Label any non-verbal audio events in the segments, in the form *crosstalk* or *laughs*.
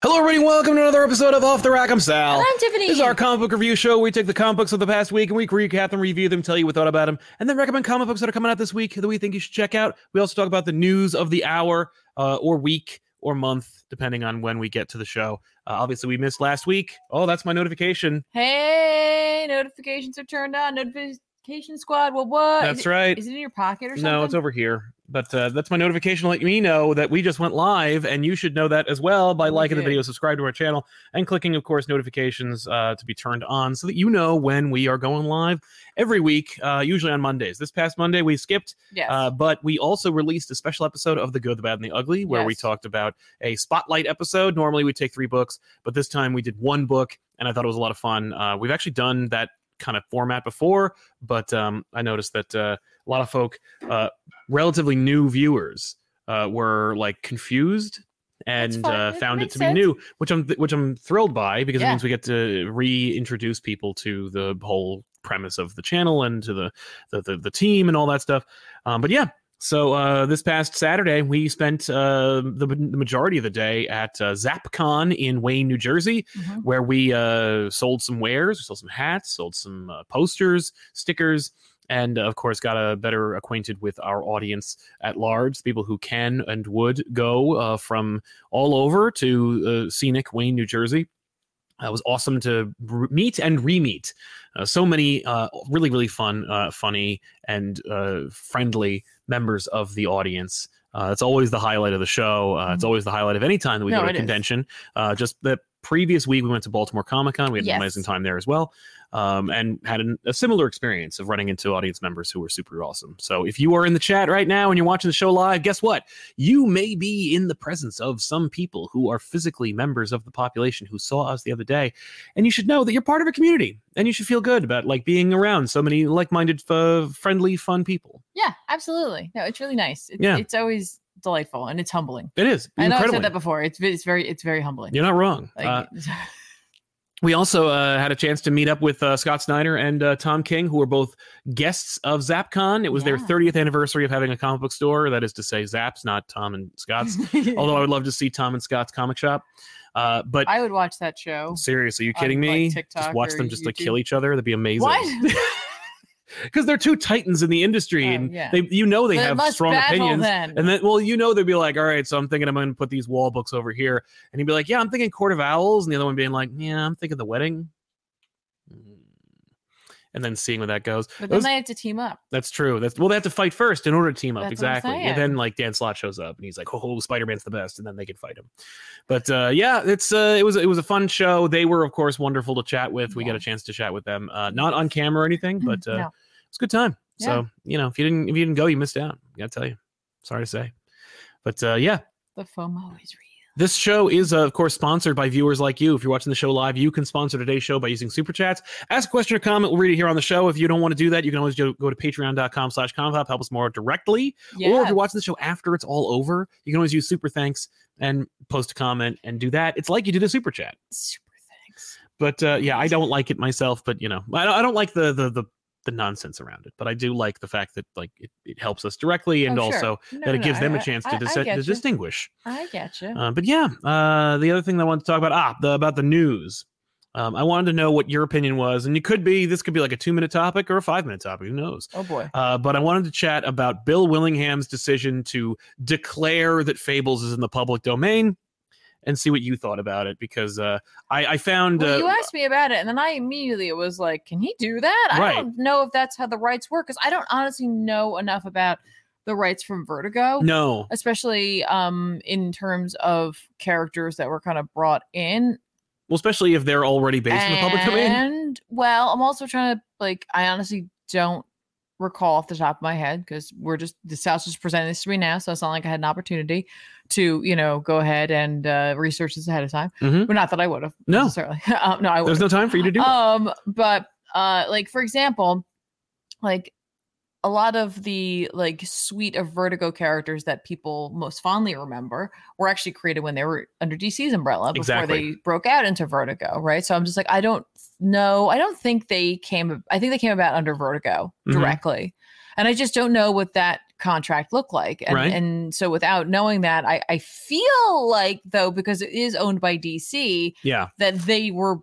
Hello, everybody. Welcome to another episode of Off the Rack. I'm Sal. I'm Tiffany. This is our comic book review show. We take the comic books of the past week and we recap them, review them, tell you what we thought about them, and then recommend comic books that are coming out this week that we think you should check out. We also talk about the news of the hour uh, or week or month, depending on when we get to the show. Uh, obviously, we missed last week. Oh, that's my notification. Hey, notifications are turned on. Notification squad. Well, what? That's is it, right. Is it in your pocket or something? No, it's over here. But uh, that's my notification to let me know that we just went live, and you should know that as well by We liking the did. video, subscribe to our channel, and clicking, of course, notifications uh, to be turned on so that you know when we are going live every week, uh, usually on Mondays. This past Monday, we skipped, Yes. uh, but we also released a special episode of The Good, the Bad, and the Ugly, where we Yes. talked about a spotlight episode. Normally, we take three books, but this time we did one book, and I thought it was a lot of fun. Uh, we've actually done that kind of format before, but um, I noticed that uh, a lot of folk, uh, relatively new viewers, uh, were like confused and fine. uh, That found it makes to sense. be new, which I'm which I'm thrilled by because it Yeah. means we get to reintroduce people to the whole premise of the channel and to the the the, the team and all that stuff. Um, but yeah. So uh, this past Saturday, we spent uh, the, the majority of the day at uh, ZapCon in Wayne, New Jersey, Mhm. where we uh, sold some wares, we sold some hats, sold some uh, posters, stickers, and uh, of course got uh, better acquainted with our audience at large, the people who can and would go uh, from all over to uh, scenic Wayne, New Jersey. Uh, It was awesome to r- meet and re-meet. Uh, so many uh, really, really fun, uh, funny, and uh, friendly members of the audience. Uh, it's always the highlight of the show. Uh, It's always the highlight of any time that we Mm-hmm. No, go to a it is. convention. Uh, just the previous week, we went to Baltimore Comic Con. We had Yes. an amazing time there as well, um, and had an, a similar experience of running into audience members who were super awesome. So, if you are in the chat right now and you're watching the show live, guess what? You may be in the presence of some people who are physically members of the population who saw us the other day, and you should know that you're part of a community, and you should feel good about like being around so many like-minded, uh, friendly, fun people. yeah, absolutely. No, it's really nice. It's, Yeah. it's always delightful and it's humbling. It is I know I've incredible. said that before. It's ve- it's very it's very humbling. You're not wrong. Like, *laughs* Uh, We also uh, had a chance to meet up with uh, Scott Snyder and uh, Tom King, who were both guests of ZapCon. It was their Yeah. 30th anniversary of having a comic book store. That is to say, Zaps, not Tom and *laughs* Scott's. Although I would love to see Tom and Scott's comic shop. Uh, but I would watch that show. seriously, are you on, kidding like, me? just TikTok watch or them just like YouTube. kill each other. That'd be amazing. What? *laughs* Because they're two titans in the industry, Oh, and yeah. they, you know they But it have must strong battle opinions. Then. And then, well, you know, they'd be like, all right, so I'm thinking I'm going to put these wall books over here. And he'd be like, yeah, I'm thinking Court of Owls. And the other one being like, yeah, I'm thinking The Wedding. Mm. And then seeing where that goes. but then Those- they have to team up. that's true. That's well, they have to fight first in order to team up. That's what I'm exactly. saying. And then like Dan Slott shows up and he's like, "Oh, Spider Man's the best," and then they can fight him. But uh, yeah, it's uh, it was it was a fun show. They were of course wonderful to chat with. We got Yeah. Mm-hmm. a chance to chat with them, uh, not on camera or anything, *laughs* but uh, No. it's a good time. Yeah. So you know, if you didn't if you didn't go, you missed out. I gotta tell you, sorry to say, but uh, yeah, the FOMO is real. this show is, uh, of course, sponsored by viewers like you. If you're watching the show live, you can sponsor today's show by using super chats. Ask a question or comment. We'll read it here on the show. If you don't want to do that, you can always go go to patreon.com slash compop. Help us more directly. Or if Yeah. you're watching the show after it's all over, you can always use super thanks and post a comment and do that. It's like you did a super chat. Super thanks. But uh, yeah, I don't like it myself. But, you know, I don't, I don't like the, the, the, the nonsense around it. But I do like the fact that, like, it, it helps us directly and Oh, sure. also No, that no, it no, gives I- them a I- chance I- to, I dis- to getcha. distinguish. I getcha. Uh, but yeah, uh, the other thing that I wanted to talk about, ah, the, about the news. Um, I wanted to know what your opinion was, and you could be this could be like a two minute topic or a five minute topic, who knows? oh boy. Uh, but I wanted to chat about Bill Willingham's decision to declare that Fables is in the public domain, and see what you thought about it because uh, I, I found Well, uh, you asked me about it, and then I immediately was like, "Can he do that?" Right. I don't know if that's how the rights work because I don't honestly know enough about the rights from Vertigo, no, especially um, in terms of characters that were kind of brought in. well, especially if they're already based in the public domain. And well, I'm also trying to like, I honestly don't recall off the top of my head because we're just the South just presented this to me now, so it's not like I had an opportunity to you know go ahead and uh, research this ahead of time. Mhm. Well, not that I would have. No. certainly. *laughs* um, no, I would. There's no time for you to do. that. um but uh like for example like a lot of the like suite of vertigo characters that people most fondly remember were actually created when they were under dc's umbrella before Exactly. they broke out into vertigo right so i'm just like i don't know i don't think they came i think they came about under vertigo Mhm. directly and i just don't know what that contract look like? And, Right. and so without knowing that, I, I feel like though, because it is owned by DC, Yeah. that they were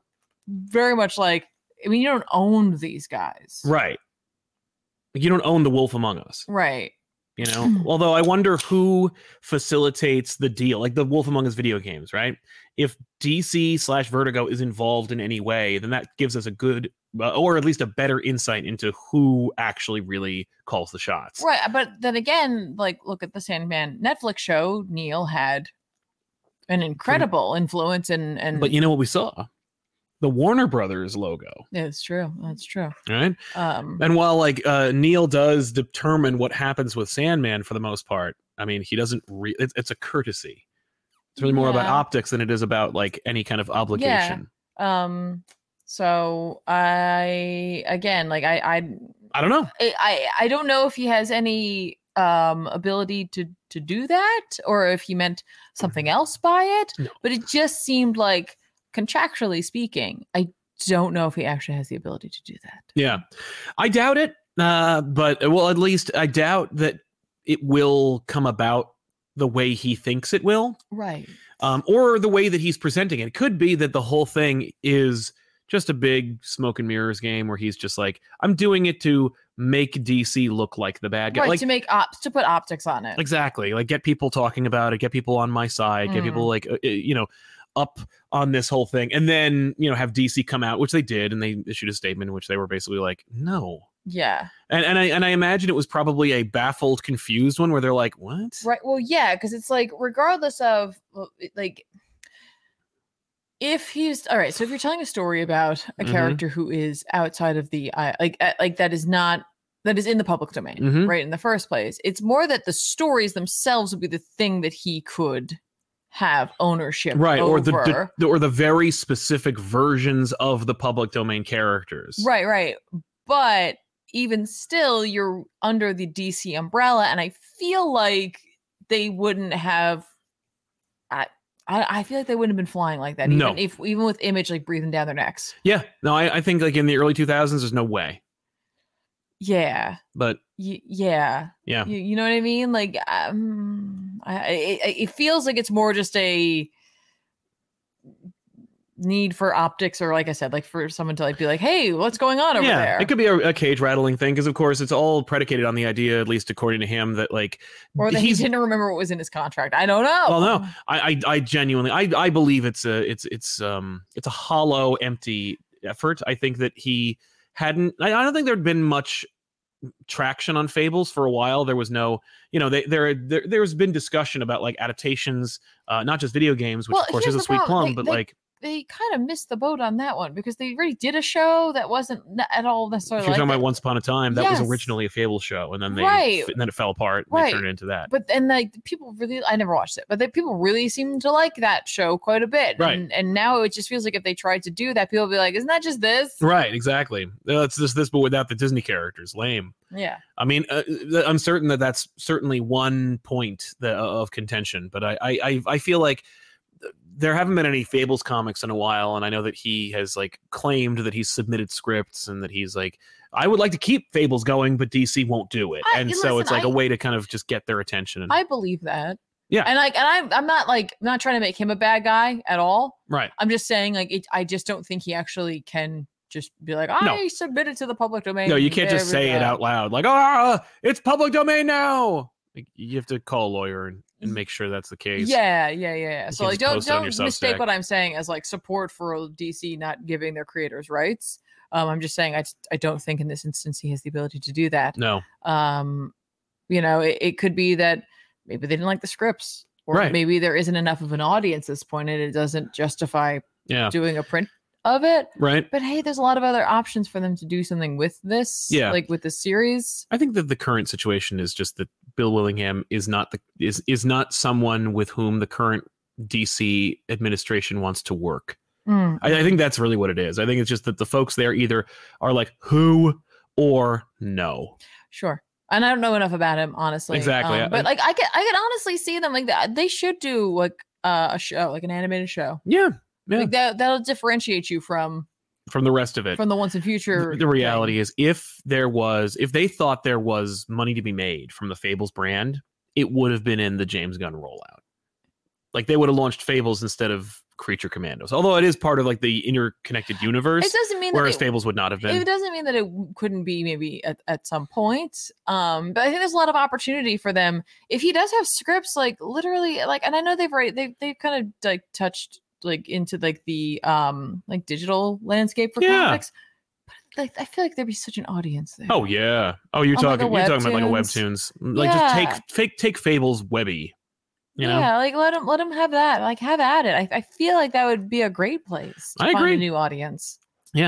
very much like, I mean, you don't own these guys. Right. You don't own the wolf among us, Right. you know? Although I wonder who facilitates the deal, like the wolf among us video games, right? If DC slash Vertigo is involved in any way, then that gives us a good, uh, or at least a better insight into who actually really calls the shots. Right. But then again, like look at the Sandman Netflix show, Neil had an incredible influence and and But you know what we saw? The Warner Brothers logo, yeah, it's true. That's true. right? Um And while like uh, Neil does determine what happens with Sandman for the most part, I mean he doesn't. Re- it's, it's a courtesy. It's really more about Yeah. optics than it is about like any kind of obligation. um so I again like I I I don't know. I- I I don't know if he has any um ability to to do that or if he meant something else by it Mm-hmm. No. but it just seemed like contractually speaking I don't know if he actually has the ability to do that Yeah, I doubt it. Uh, but well, at least I doubt that it will come about the way he thinks it will, right um, or the way that he's presenting it. It could be that the whole thing is just a big smoke and mirrors game where he's just like, I'm doing it to make DC look like the bad guy. right like, to make ops to put optics on it exactly like get people talking about it get people on my side get Mm. people like uh, uh, you know up on this whole thing and then you know have dc come out which they did and they issued a statement in which they were basically like no yeah and, and i and i imagine it was probably a baffled confused one where they're like what right well yeah because it's like regardless of well, it- like if he's all right so if you're telling a story about a Mhm. character who is outside of the uh, like uh, like that is not that is in the public domain Mhm. right in the first place it's more that the stories themselves would be the thing that he could have ownership right over. or the, the- the or the very specific versions of the public domain characters Right, right. But even still, you're under the DC umbrella, and I feel like they wouldn't have. I I, I feel like they wouldn't have been flying like that. Even No. if even with image like breathing down their necks. yeah no I, I think like in the early 2000s there's no way Yeah. but Y- yeah. yeah You, you know what I mean? Like, um, I, I, it- it feels like it's more just a need for optics, or like I said, like for someone to like be like, "Hey, what's going on over yeah, there?" it could be a, a cage rattling thing because, of course, it's all predicated on the idea, at least according to him, that like or that he he's- didn't remember what was in his contract. I don't know. Well, no, I I, I genuinely I, I believe it's a it's it's um it's a hollow, empty effort. I think that he hadn't. I, I don't think there'd been much traction on fables for a while there was no you know they, there there there's been discussion about like adaptations uh not just video games which Well, of course here's is a the sweet problem. plum They- but they- like they kind of missed the boat on that one because they already did a show that wasn't n- at all if necessarily you're like talking that. about once upon a time that Yes. was originally a fable show and then they Right. f- and then it fell apart and Right. they turned it into that but then like the people really I never watched it, but the people really seem to like that show quite a bit. Right. And, and now it just feels like if they tried to do that, people would be like, Isn't that just this? Right, exactly. Uh, It's just this, but without the Disney characters. Lame. Yeah. I mean, uh, uh, I'm certain that that's certainly one point that, of contention, but I, I, I- I feel like th- there haven't been any Fables comics in a while, and I know that he has like claimed that he's submitted scripts and that he's like, I would like to keep Fables going, but DC won't do it, I- and and so listen, it's like a I- way to kind of just get their attention. And, I believe that. Yeah. And like and I'm I'm not like I'm not trying to make him a bad guy at all. right, I'm just saying like it I just don't think he actually can just be like, I No. submitted to the public domain. no, you can't just there we say it go." out loud, like, ah, it's public domain now. Like, you have to call a lawyer and, and make sure that's the case. Yeah, yeah, yeah. yeah. So can like, just don't post it on don't your mistake Substack. what I'm saying as like support for DC not giving their creators rights. Um, I'm just saying I just- I don't think in this instance he has the ability to do that. No. Um, you know, it, it could be that maybe they didn't like the scripts, or Right. maybe there isn't enough of an audience at this point, and it doesn't justify Yeah. doing a print of it. Right. But hey, there's a lot of other options for them to do something with this. Yeah. like with the series. I think that the current situation is just that Bill Willingham is not the is is not someone with whom the current DC administration wants to work. Mm, I, I think that's really what it is. I think it's just that the folks there either are like who or no. Sure. And I don't know enough about him, honestly. Exactly. Um, I- but like, I can I can honestly see them like that. They should do like uh, a show, like an animated show. Yeah. Yeah. Like that that'll differentiate you from from the rest of it. from the once and future. the, the reality is if there was if they thought there was money to be made from the fables brand it would have been in the james gunn rollout like they would have launched fables instead of creature commandos although it is part of like the interconnected thing. universe It doesn't mean whereas that it, fables would not have it been doesn't mean that it w- couldn't be maybe at, at some point. Um, but I think there's a lot of opportunity for them if he does have scripts like literally like, and I know they've already they they've kind of like touched like into like the um like digital landscape for Yeah. comics. But like, I feel like there'd be such an audience there. oh yeah oh you're Oh, like talking a you're talking about like a webtoons. webtoons like Yeah. just take take take fables webby you know Yeah, like let him let him have that. Like have at it. I, I feel like that would be a great place to I find agree. a new audience. Uh,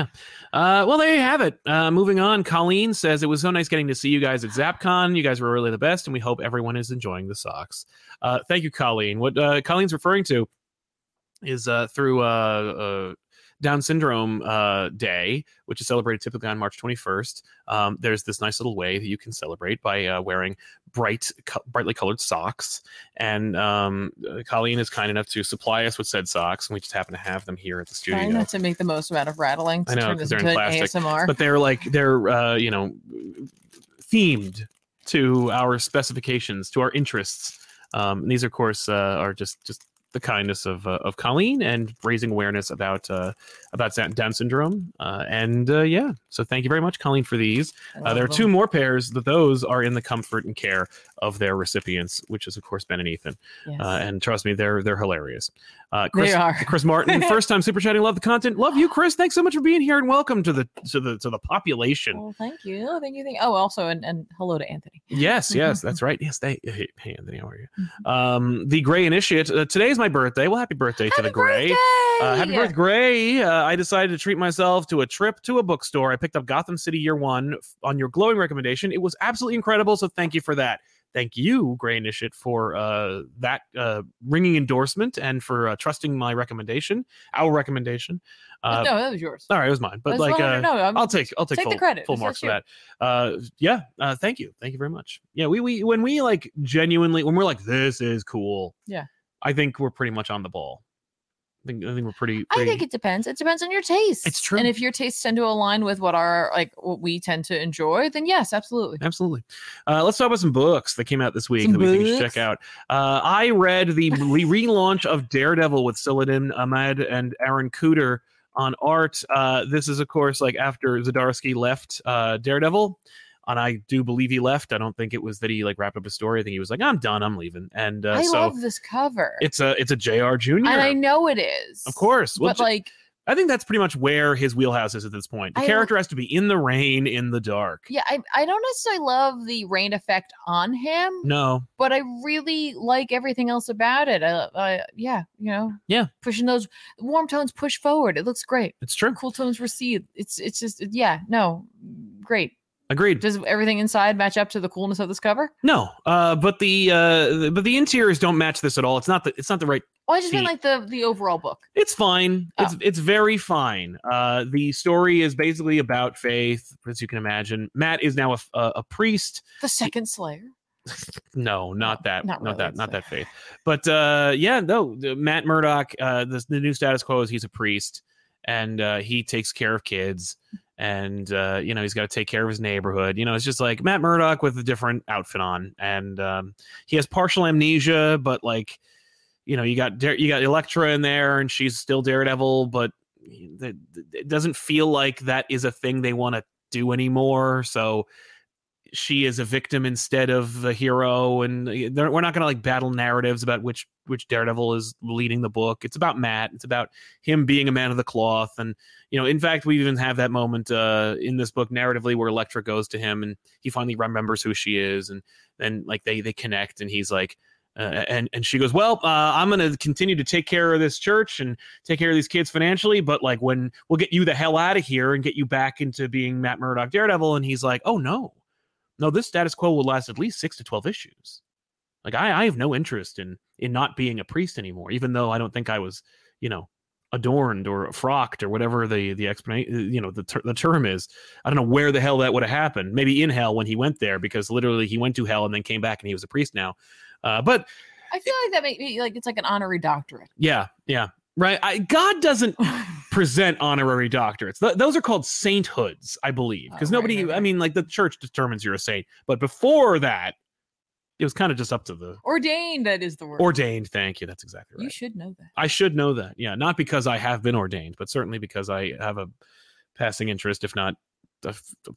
well, there you have it. Uh, moving on, Colleen says it was so nice getting to see you guys at ZapCon. You guys were really the best, and we hope everyone is enjoying the socks. Uh, thank you, Colleen. What uh, Colleen's referring to is uh, through uh, uh, Down Syndrome uh, Day, which is celebrated typically on March 21st. Um, there's this nice little way that you can celebrate by uh, wearing bright, co- brightly colored socks. And um, uh, Colleen is kind enough to supply us with said socks, and we just happen to have them here at the studio Trying not to make the most amount of rattling to I know, turn 'cause this they're in into an plastic, *laughs* ASMR. but they're like they're uh, you know themed to our specifications to our interests um, and these of course uh, are just just the kindness of uh, of Colleen and raising awareness about uh, about Sa- Down syndrome uh, and uh, yeah so thank you very much Colleen for these I uh, love there are them. two more pairs that those are in the comfort and care of their recipients which is of course Ben and Ethan Yes. uh, and trust me they're they're hilarious uh, they Chris are. Chris *laughs* Martin, first time super chatting. Love the content. Love you, Chris. Thanks so much for being here and welcome to the to the to the population. Well, thank you. Thank you. Thank Oh, also, and, and hello to Anthony. Yes, *laughs* yes, that's right. Yes, they. Hey, hey, Anthony, how are you? Um, the Gray Initiate. Uh, today is my birthday. Well, happy birthday to the Gray. Uh, happy birthday, Gray. Uh, I decided to treat myself to a trip to a bookstore. I picked up Gotham City Year One f- on your glowing recommendation. It was absolutely incredible. So thank you for that. Thank you, Gray Initiate, for uh, that uh, ringing endorsement and for uh, trusting my recommendation, our recommendation. Uh, no, that was yours. All right, it was mine, but That's like, 100 uh, no, I'm, I'll take I'll take, Take the full, credit. full It's marks for yours. that. Uh, yeah, uh, thank you, thank you very much. Yeah, we we when we like genuinely when we're like this is cool. Yeah. I think we're pretty much on the ball. I think I think we're pretty. I pretty- think it depends. It depends on your taste. It's true. And if your tastes tend to align with what our like what we tend to enjoy, then yes, absolutely. Absolutely. Uh, let's talk about some books that came out this week Some that we think you should books? check out. Uh, I read the re- relaunch of Daredevil with Siladin Ahmed and Aaron Cooter on art. Uh, this is, of course, like after Zadarsky left uh, Daredevil. And I do believe he left. I don't think it was that he like wrapped up his story. I think he was like, "I'm done. I'm leaving." And uh, I so love this cover. it's a it's a Jr. Junior. and I know it is. of course. Well, but J- like I think that's pretty much where his wheelhouse is at this point. The I lo- character has to be in the rain, in the dark. yeah, I, I don't necessarily love the rain effect on him, No, but I really like everything else about it. I, I yeah, you know. Yeah. Pushing those warm tones push forward. It looks great. it's true. Cool tones recede. It's it's just yeah, no. Great. Agreed. Does everything inside match up to the coolness of this cover? No, uh, but the uh, the- but the interiors don't match this at all. It's not the it's not the right. Oh, I just mean The- like the the overall book. It's fine. Oh. It's it's very fine. Uh, the story is basically about faith, as you can imagine. Matt is now a f- a, a priest. The second Slayer. No, not that. not Not, really, that. Not so- that faith. But uh, yeah, no. the- Matt Murdock. Uh, the, the new status quo is he's a priest, and uh, he takes care of kids, and uh, you know he's got to take care of his neighborhood. You know, it's just like Matt Murdock with a different outfit on, and um, he has partial amnesia, but like, you know, you got Dare- you got Elektra in there, and she's still Daredevil, but it it doesn't feel like that is a thing they want to do anymore. So she is a victim instead of a hero, and they're- we're not going to like battle narratives about which which Daredevil is leading the book. It's about Matt. It's about him being a man of the cloth, and you know, in fact, we even have that moment uh, in this book narratively where Elektra goes to him, and he finally remembers who she is, and then like they they connect, and he's like. Uh, and and she goes well uh, i'm going to continue to take care of this church and take care of these kids financially, but like when we'll get you the hell out of here and get you back into being Matt Murdock Daredevil. And he's like, oh no, no, this status quo will last at least six to 12 issues. Like I, I have no interest in, in not being a priest anymore, even though I don't think I was, you know, adorned or frocked or whatever the, the explanation, you know, the, ter- the term is, I don't know where the hell that would have happened. Maybe in hell when he went there, because literally he went to hell and then came back and he was a priest now. Uh, but *laughs* I feel like that may be like it's like an honorary doctorate. yeah, yeah. Right. I, God doesn't present honorary doctorates. Th- those are called sainthoods, I believe, because Oh, right, nobody. right, I right. mean, like the church determines you're a saint, but before that, it was kind of just up to the Ordained, that is the word. ordained. Thank you. That's exactly right. You should know that. I should know that. Yeah, not because I have been ordained, but certainly because I have a passing interest, if not a, f- a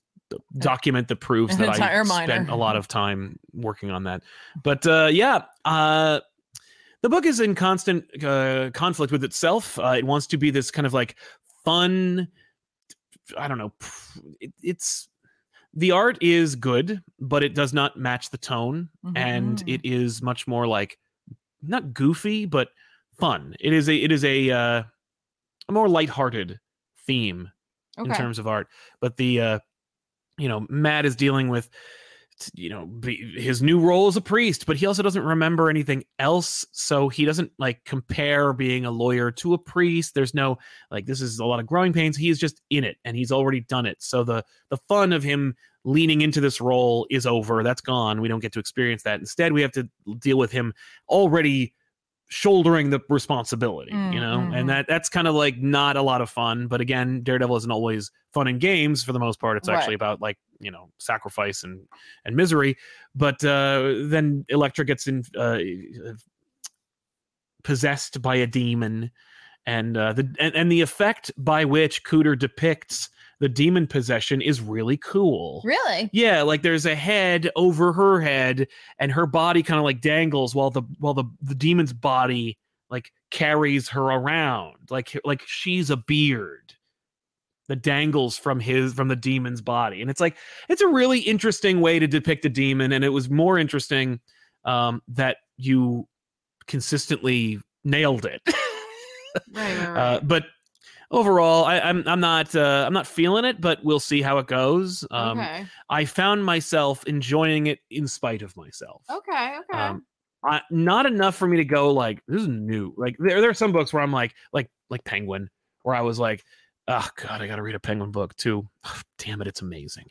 document that proves Uh, An that I entire minor. Mm-hmm. spent a lot of time working on that. But uh, yeah, uh, the book is in constant uh, conflict with itself. Uh, it wants to be this kind of like fun. I don't know. pff, It, it's the art is good, but it does not match the tone and Mhm. it is much more like not goofy but fun. It is a it is a uh, a more lighthearted theme in terms of art, but the uh, you know Matt is dealing with t- you know be, his new role as a priest, but he also doesn't remember anything else, so he doesn't like compare being a lawyer to a priest. There's no like this is a lot of growing pains. He is just in it, and he's already done it. So the the fun of him leaning into this role is over. That's gone. We don't get to experience that. Instead, we have to deal with him already shouldering the responsibility, you know? Mhm. And that that's kind of like not a lot of fun, but again, Daredevil isn't always fun in games for the most part. It's Right. actually about like, you know, sacrifice and and misery, but uh then Elektra gets in uh possessed by a demon and uh, the and, and the effect by which Cooter depicts the demon possession is really cool. *laughs* Really? *laughs* Yeah, like there's a head over her head, and her body kind of like dangles while the while the the demon's body like carries her around, like like she's a beard that dangles from his from the demon's body, and it's like it's a really interesting way to depict a demon, and it was more interesting um, that you consistently nailed it. Right, right, Uh, but overall, I, I'm I'm not uh, I'm not feeling it, but we'll see how it goes. Um, okay. I found myself enjoying it in spite of myself. Okay. Okay. um, I, not enough for me to go like this is new. Like there there are some books where I'm like like like Penguin, where I was like, oh god, I got to read a Penguin book too. *sighs* damn it, it's amazing.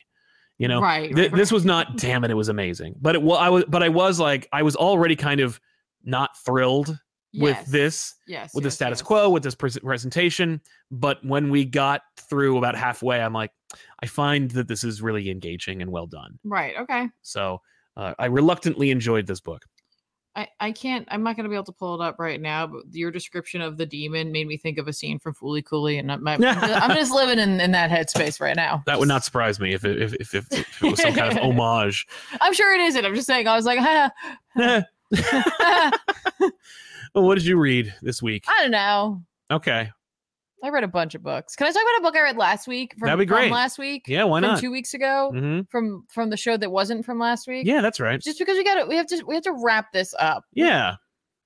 You know, right. Th- this was not damn it it was amazing but it, well, i was but i was like i was already kind of not thrilled with this Yes. with the yes, status yes. quo with this pres presentation but when we got through about halfway i'm like i find that this is really engaging and well done Right. Okay. so uh, i reluctantly enjoyed this book I, I can't I'm not gonna be able to pull it up right now, but your description of the demon made me think of a scene from Foolie Cooley, and *laughs* I'm, I'm, just, I'm just living in, in that headspace right now. that would not surprise me if it, if, if, if, if it was some *laughs* kind of homage *laughs* I'm sure it isn't. I'm just saying. I was like, *laughs* "Huh, Eh, I what did you read this week don't know. okay I read a bunch of books. Can I talk about a book I read last week? From, That'd be from great. last week. yeah why from not Two weeks ago. Mhm. From from the show that wasn't from last week. yeah that's *laughs* right Just because we got to we have to we have to wrap this up. yeah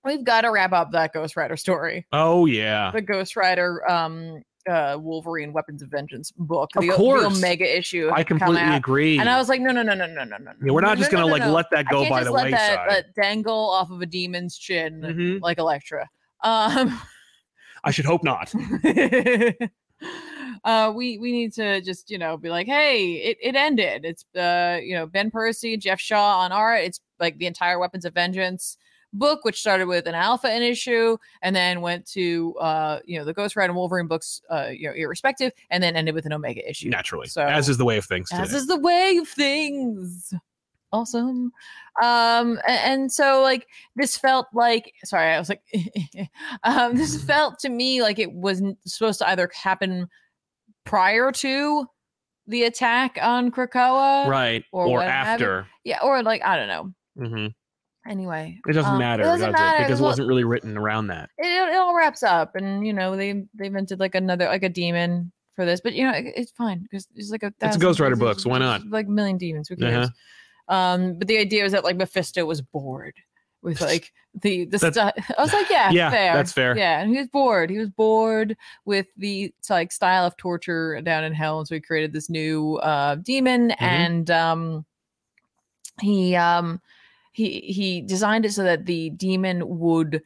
We've got to wrap up that Ghost Rider story. oh yeah The Ghost Rider um uh Wolverine Weapons of Vengeance book. Of the, the course. Omega issue. I had come completely out, agree. And I was like, no, no, no, no, no, no, no. yeah, we're no, not no, just no, gonna no, like no. let that I go can't by just the let that wayside. uh, dangle off of a demon's chin Mhm. like Elektra. Um I should hope *laughs* not. uh we we need to just you know be like hey it, it ended it's uh you know ben percy jeff shaw on art it's like the entire weapons of vengeance book which started with an alpha in issue and then went to uh you know the ghost rider and wolverine books uh you know irrespective and then ended with an omega issue Naturally, So- as is the way of things. as today. is the way of things awesome um a- and, so like this felt like sorry i was like *laughs* *laughs* um this felt to me like it wasn't supposed to either happen prior to the attack on krakoa right or or, what have you. after. yeah or like i don't know hmm anyway It doesn't um, matter, it doesn't does matter it? Because it well, wasn't really written around that. it, it all wraps up and you know they they invented like another like a demon for this but you know it, it's fine because it's like a It's a thousand- Ghost Rider there's- books, there's why not? Uh-huh. like a million demons who cares um but the idea was that like mephisto was bored *laughs* with like the the That's- stuff i was like *laughs* yeah Yeah, fair. that's fair. yeah and he was bored he was bored with the it's like style of torture down in hell and so he created this new uh demon and um he um he he designed it so that the demon would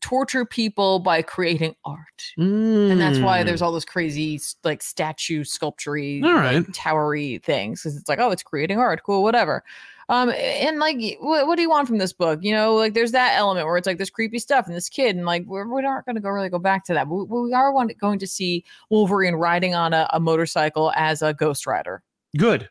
torture people by creating art and that's why Hmm. there's all those crazy s- like statue sculpture Mm. All right. towery things because it's like oh it's creating art cool whatever Um, and like, what, what do you want from this book? You know, like there's that element where it's like this creepy stuff and this kid, and like we're, we aren't going to go really go back to that. But we, we are want, going to see Wolverine riding on a, a motorcycle as a Ghost Rider Good.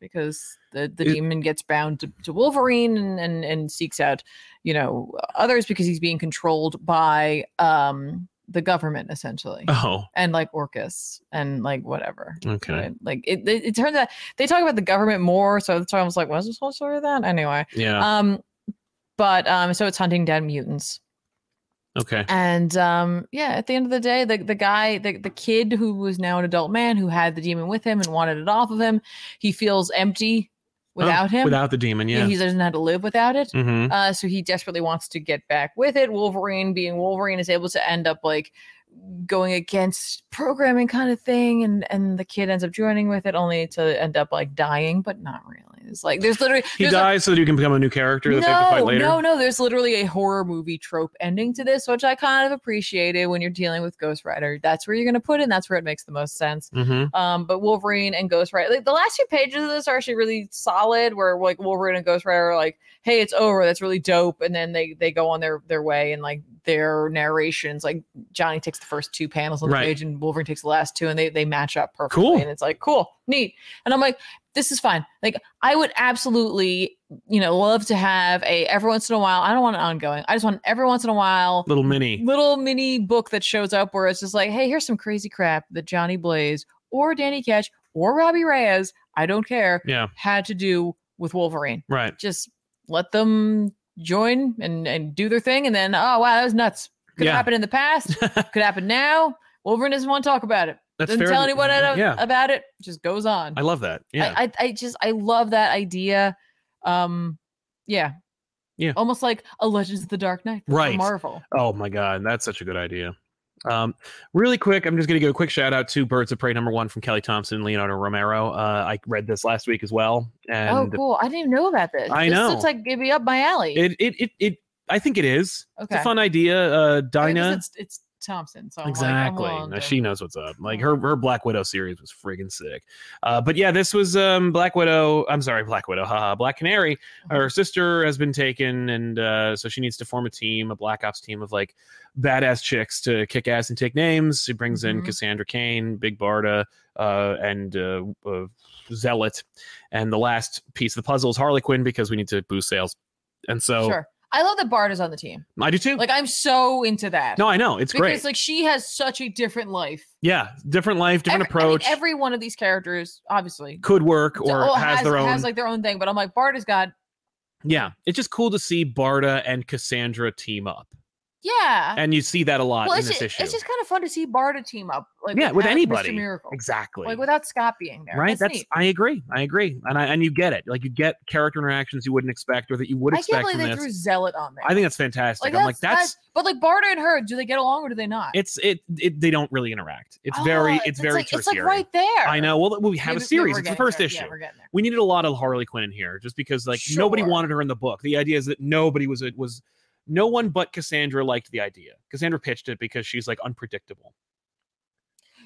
because the, the It- demon gets bound to, to Wolverine and, and and seeks out, you know, others because he's being controlled by um the government essentially Oh, and like Orcus and like whatever. okay. Right? Like it, it, it turns out they talk about the government more, so that's why I was like, was this whole story that anyway? Yeah. Um, but um, so it's hunting down mutants. okay. Oh, And um, yeah, at the end of the day, the, the guy, the, the kid who was now an adult man who had the demon with him and wanted it off of him, he feels empty Oh, without him. Without the demon. Yeah. He doesn't know how to live without it. mm-hmm. Uh, so he desperately wants to get back with it. Wolverine, being Wolverine, is able to end up like going against programming kind of thing, and and the kid ends up joining with it, only to end up like dying, but not really. It's like there's literally He there's, like, dies so that you can become a new character that they have to fight no, later. no, no. There's literally a horror movie trope ending to this, which I kind of appreciated when you're dealing with Ghost Rider. That's where you're gonna put it. And that's where it makes the most sense. Mm-hmm. Um, but Wolverine and Ghost Rider, like the last few pages of this are actually really solid. Where like Wolverine and Ghost Rider are like, "Hey, it's over. That's really dope," and then they they go on their their way and like their narrations. Like Johnny takes the first two panels on the Right. page, and Wolverine takes the last two, and they they match up perfectly. Cool. And it's like cool, neat. And I'm like, this is fine. Like I would absolutely, you know, love to have a every once in a while. I don't want an ongoing. I just want every once in a while Little mini. *laughs* little mini book that shows up where it's just like, hey, here's some crazy crap that Johnny Blaze or Danny Ketch or Robbie Reyes, I don't care, Yeah. had to do with Wolverine. Right. Just let them join and and do their thing, and then oh wow, that was nuts. Could Yeah. happen in *laughs* the past, could happen now. Wolverine doesn't want to talk about it. That's doesn't fair. *laughs* tell anyone yeah. a- about it. Just goes on. I love that. Yeah. I, I I just I love that idea. Um, yeah. Yeah. Almost like a Legends of the Dark Knight. from Right. Marvel. Oh my god, that's such a good idea. Um, really quick, I'm just going to give a quick shout out to Birds of Prey number one from Kelly Thompson and Leonardo Romero. Uh, I read this last week as well, and oh, cool! I didn't even know about this. I this know. looks like it'd be up my alley. it, it it it I think it is. okay, It's a fun idea. Uh, I mean, 'cause Dinah, It's, it's Thompson, so I'm like, I'm exactly. willing Now, to- she knows what's up. Like her Oh. her Black Widow series was friggin' sick. Uh, but yeah, this was um Black Widow. I'm sorry, Black Widow. Haha, Black Canary. Mm-hmm. Her sister has been taken, and uh, so she needs to form a team, a Black Ops team of like badass chicks to kick ass and take names. She brings in Mhm. Cassandra Kane, Big Barda, uh, and uh, uh, Zealot. And the last piece of the puzzle is Harley Quinn because we need to boost sales. And so sure. I love that Bard is on the team. I do too. Like I'm so into that. no, I know it's because great. like she has such a different life. yeah, different life, different Every- I mean, approach. every one of these characters, obviously, could work or all has, their own has like their own thing. But I'm like, Bard has got yeah it's just cool to see barda and cassandra team up yeah. and you see that a lot Uh, well, in it's this just, issue it's just kind of fun to see Bard to team up. Like Yeah, with without Mr. anybody. Miracle. exactly Like without Scott being there, right That's that's neat. i agree i agree and i and you get it like you get character interactions you wouldn't expect or that you would I can't expect believe from they this threw Zealot on there. i think that's fantastic like i'm like that's that's but like Barter and her, do they get along or do they not? it's it, it they don't really interact it's very Ah, it's, very like, it's like tertiary. right there. i know well we have Maybe- a maybe series it's we're the getting first there. issue Yeah, we're getting there. we needed a lot of Harley Quinn in here, just because like nobody Sure. wanted her in the book. The idea is that nobody was it was no one but Cassandra liked the idea. Cassandra pitched it because she's like unpredictable.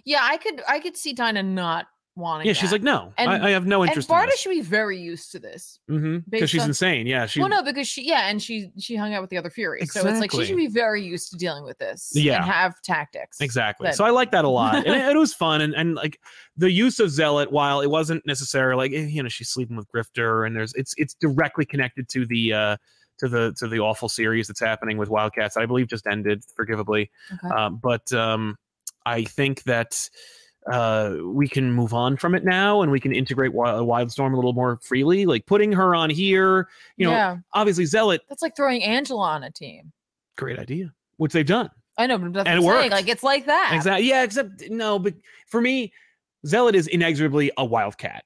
Yeah, I could I could see Dinah not wanting. yeah, she's that. like no, And- I, I have no and interest. in Barta this. should be very used to this. mm-hmm. because based she's on- insane. Yeah, she. well, no, because she yeah, and she she hung out with the other Furies, so it's like she should Exactly. be very used to dealing with this. Yeah. and have tactics. Exactly. that- So I like that a *laughs* lot. and it, it was fun. And, and like the use of Zealot, while it wasn't necessarily like, eh, you know, she's sleeping with Grifter and there's it's it's directly connected to the uh to the to the awful series that's happening with Wildcats. that I believe just ended forgivably. Okay. Um, but um I think that uh we can move on from it now and we can integrate Wild, Wildstorm a little more freely. Like putting her on here, you know, yeah, obviously Zealot, that's like throwing Angela on a team. great idea. Which they've done. I know, but And it that's what I'm worked. saying. Like it's like that. Exactly. Yeah, except no, but for me, Zealot is inexorably a wildcat.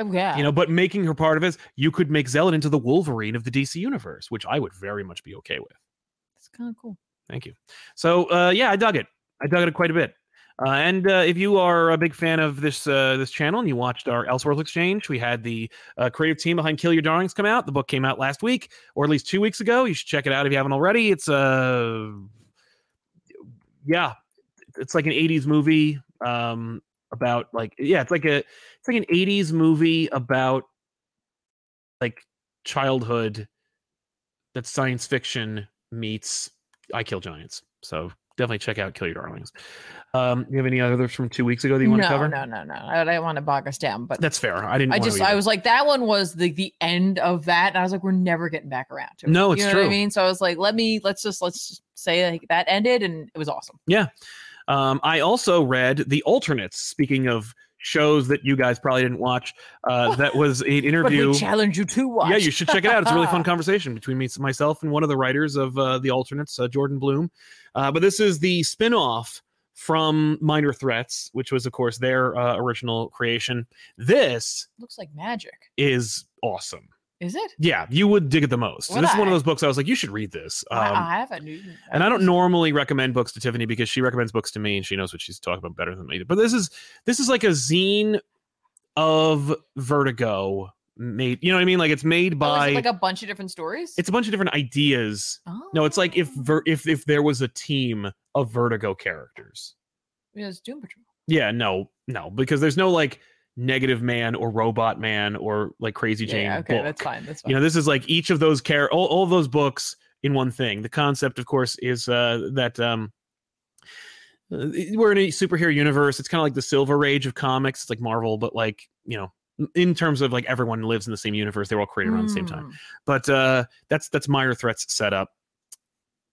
Oh, yeah, You know, but making her part of us, you could make Zealot into the Wolverine of the DC universe, which I would very much be okay with. it's kind of cool. Thank you. So uh, yeah, I dug it. I dug it quite a bit. Uh, and uh, if you are a big fan of this uh, this channel and you watched our Elseworlds exchange, we had the uh, creative team behind Kill Your Darlings come out. The book came out last week, or at least two weeks ago. You should check it out if you haven't already. It's uh, yeah, it's like an '80s movie um, about like yeah, it's like a it's like an '80s movie about like childhood that's science fiction meets I Kill Giants. So definitely check out Kill Your Darlings. Um, you have any others from two weeks ago that you want to no, cover? no, no, no. I don't want to bog us down, but That's fair. I didn't. I wanna just either. I was like that one was the the end of that, and I was like, we're never getting back around to it. No, it's you know What I true. mean, so I was like, let me let's just let's just say like that ended, and it was awesome. Um, I also read The Alternates. Speaking of shows that you guys probably didn't watch, uh, *laughs* that was an But interview. we challenge you to watch. Yeah, you should check it out. It's a really *laughs* fun conversation between me, myself, and one of the writers of uh, the alternates, uh, Jordan Bloom. Uh, but this is the spin-off from Minor Threats, which was, of course, their uh, original creation. This Looks like magic. is awesome. Is it? Yeah, you would dig it the most. Would this is one I? of those books I was like, you should read this. Um, I, I have a new. oh, and I don't normally recommend books to Tiffany because she recommends books to me and she knows what she's talking about better than me. But this is this is like a zine of Vertigo made. You know what I mean? Like it's made Oh, by is it like a bunch of different stories. it's a bunch of different ideas. oh. No, it's like if ver- if if there was a team of Vertigo characters. Yeah, it's Doom Patrol. Yeah, no, no, because there's no like Negative Man or Robot Man or like Crazy Yeah, Jane. yeah, okay, book. that's fine. That's fine. You know, this is like each of those care all, all those books in one thing. The concept, of course, is uh, that um, uh, we're in a superhero universe. It's kind of like the Silver Age of comics. It's like Marvel, but like you know, in terms of like everyone lives in the same universe. They're all created around the same time Mm. but uh, that's that's Meyer Threat's setup.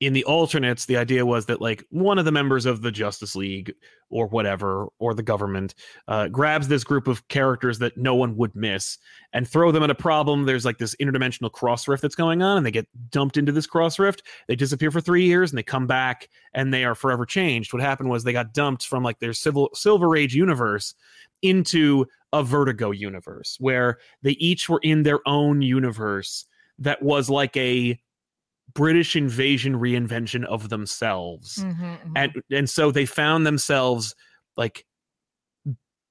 In the alternates, the idea was that like one of the members of the Justice League or whatever or the government uh, grabs this group of characters that no one would miss and throw them at a problem. There's like this interdimensional cross rift that's going on, and they get dumped into this cross rift. They disappear for three years and they come back and they are forever changed. What happened was they got dumped from like their civil Silver Age universe into a Vertigo universe where they each were in their own universe that was like a British invasion reinvention of themselves. Mhm, mhm. And and so they found themselves like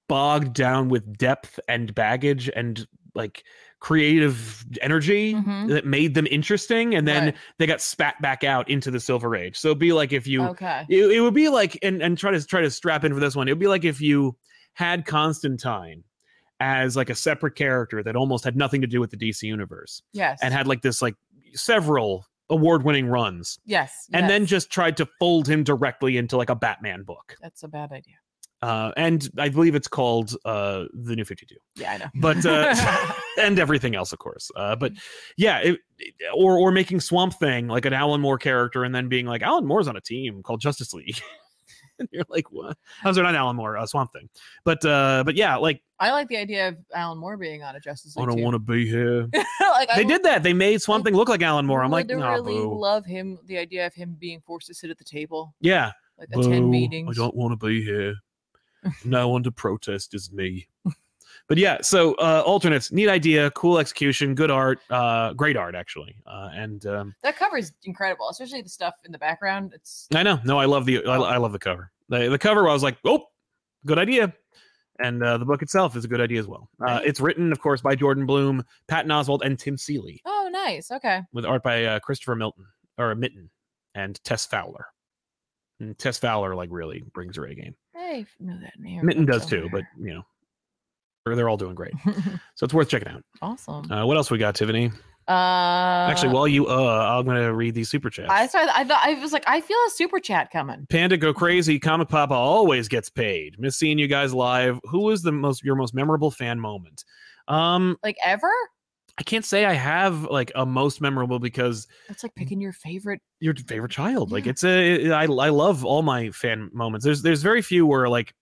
bogged down with depth and baggage and like creative energy Mhm. that made them interesting and then Right. they got spat back out into the silver age. So it'd be like if you okay. it, it would be like and and try to try to strap in for this one it would be like if you had constantine as like a separate character that almost had nothing to do with the dc universe Yes. and had like this like several award-winning runs yes. and then yes. just tried to fold him directly into like a batman book that's a bad idea. uh, and i believe it's called uh, the new 52 Yeah, I know. but uh, *laughs* and everything else, of course. Uh, but yeah, it, it- or or making Swamp Thing like an Alan Moore character, and then being like Alan Moore's on a team called Justice League, *laughs* and you're like, what? Oh, sorry, not Alan Moore, uh, Swamp Thing. But uh, but yeah, like I like the idea of Alan Moore being on a Justice I League. don't want to be here. to. *laughs* like, I They l- did that. They made Swamp Thing look like Alan Moore. I'm like, nah, literally boo. love him. The idea of him being forced to sit at the table, yeah, like attend boo. meetings. I don't want to be *laughs* here. no one to protest is me. But yeah, so uh, alternates, neat idea, cool execution, good art, uh, great art actually, uh, and um, That cover is incredible, especially the stuff in the background. It's I know. No, I love the I, I love the cover. The, the cover, I was like, oh, good idea. And uh, the book itself is a good idea as well. Uh, Right. it's written, of course, by Jordan Bloom, Patton Oswald, and Tim Seeley, oh nice. Okay, with art by uh, Christopher Milton or Mitten and Tess Fowler. And Tess Fowler like really brings her A game. I knew that name. Mitten from does too, but you know, they're- they're all doing great, somewhere. so it's worth checking out. *laughs* awesome. Uh, what else we got, Tiffany? Uh, Actually, while you uh, I'm gonna read these super chats. I saw. I thought I was like, I feel a super chat coming. Panda go crazy. Comic Papa always gets paid. Miss seeing you guys live. Who was the most your most memorable fan moment? Um, Like ever? I can't say I have like a most memorable because That's like picking your favorite. your favorite child. Like Yeah. it's a I I love all my fan moments. There's there's very few where like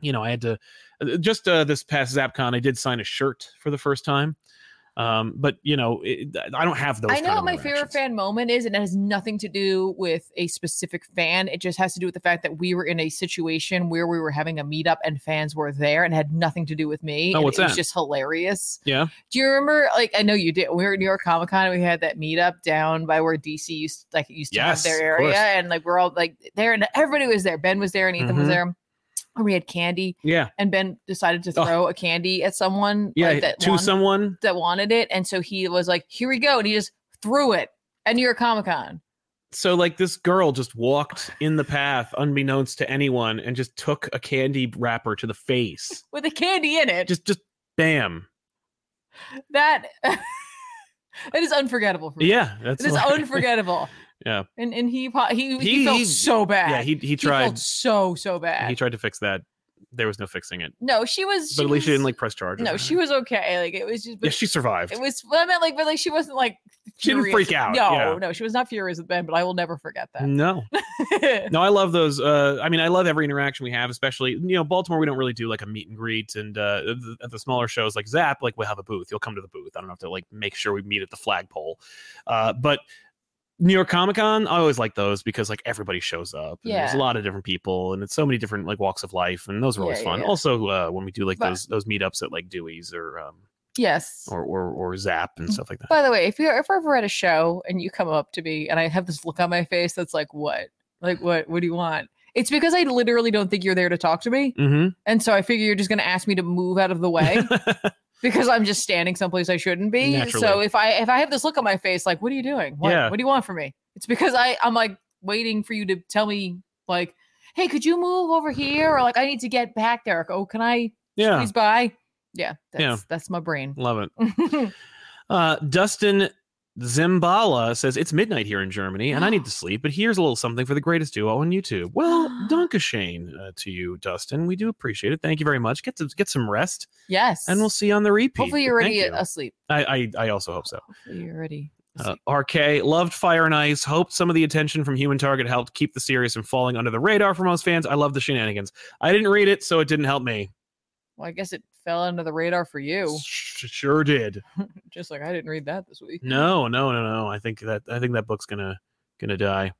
you know I had to just uh, this past ZapCon I did sign a shirt for the first time. Um, but you know it, I don't have those. I kind know what of my favorite interactions. fan moment is, and it has nothing to do with a specific fan. It just has to do with the fact that we were in a situation where we were having a meetup and fans were there and had nothing to do with me. Oh, and what's it was that? just hilarious. Yeah. Do you remember? Like, I know you did. We were at New York Comic Con and we had that meetup down by where DC used like it used to Yes, have of their area, course. and like we're all like there, and everybody was there. Ben was there, and Ethan was Mhm. there. And we had candy, Yeah, and Ben decided to Oh. throw a candy at someone. yeah. like, that to wanted- someone. that wanted it, and so he was like, "Here we go," and he just threw it at New York Comic Con. so like this girl just walked in the path unbeknownst to anyone and just took a candy wrapper to the face *laughs* With the candy in it, *laughs* just just bam that It is unforgettable for me. Yeah, that's *laughs* It is why- unforgettable. Yeah. And and he po- he, he, He- felt he- so bad. Yeah, he he He tried felt so so he, bad. tried to fix that. There was no fixing it. no, she was. But at least she didn't was- like press charges. No, on she it. was okay. Like it was just. Yeah, But she survived. it was. Well, I meant like, but like she wasn't like. She didn't furious. freak out, No, yeah. no, she was not furious with Ben, but I will never forget that. No, *laughs* no, I love those. Uh, I mean, I love every interaction we have, especially you know Baltimore. We don't really do like a meet and greet, and uh, th- at the smaller shows like Zap, like we will have a booth. You'll come to the booth. I don't have to like make sure we meet at the flagpole, uh, but. New York Comic Con, I always like those because like everybody shows up. and There's a Yeah. lot of different people and it's so many different like walks of life and those are always Yeah, yeah, fun. yeah. Also, uh, when we do like But- those those meetups at like Dewey's or um *laughs* yes. or or, or Zap and stuff like that. By the way, if you're if we're ever at a show and you come up to me and I have this look on my face that's like, what? Like what what do you want? It's because I literally don't think you're there to talk to me. Mm-hmm. And so I figure you're just gonna ask me to move out of the way *laughs* because I'm just standing someplace I shouldn't be. So Naturally. if I if I have this look on my face, like, what are you doing? What, Yeah. what do you want from me? It's because I I'm like waiting for you to tell me like, hey, could you move over here? Or like I need to get back there. Like, oh, can I yeah, please buy? Yeah, that's that's *laughs* my brain. *laughs* love it. Uh, Dustin Zimbala says it's midnight here in Germany, and I *gasps* need to sleep. But here's a little something for the greatest duo on YouTube. Well, Dunkashane uh, to you, Dustin. We do appreciate it. Thank you very much. Get to get some rest, yes. and we'll see you on the repeat. Hopefully you're but thank already you. asleep. I, I I also hope so. Hopefully you're already. Uh, RK loved Fire and Ice. Hoped some of the attention from Human Target helped keep the series from falling under the radar for most fans. I love the shenanigans. I didn't read it, so it didn't help me. Well, I guess it fell under the radar for you. Sh- sure did. Just like I didn't read that this week. No, no, no, no. I think that I think that book's gonna gonna die.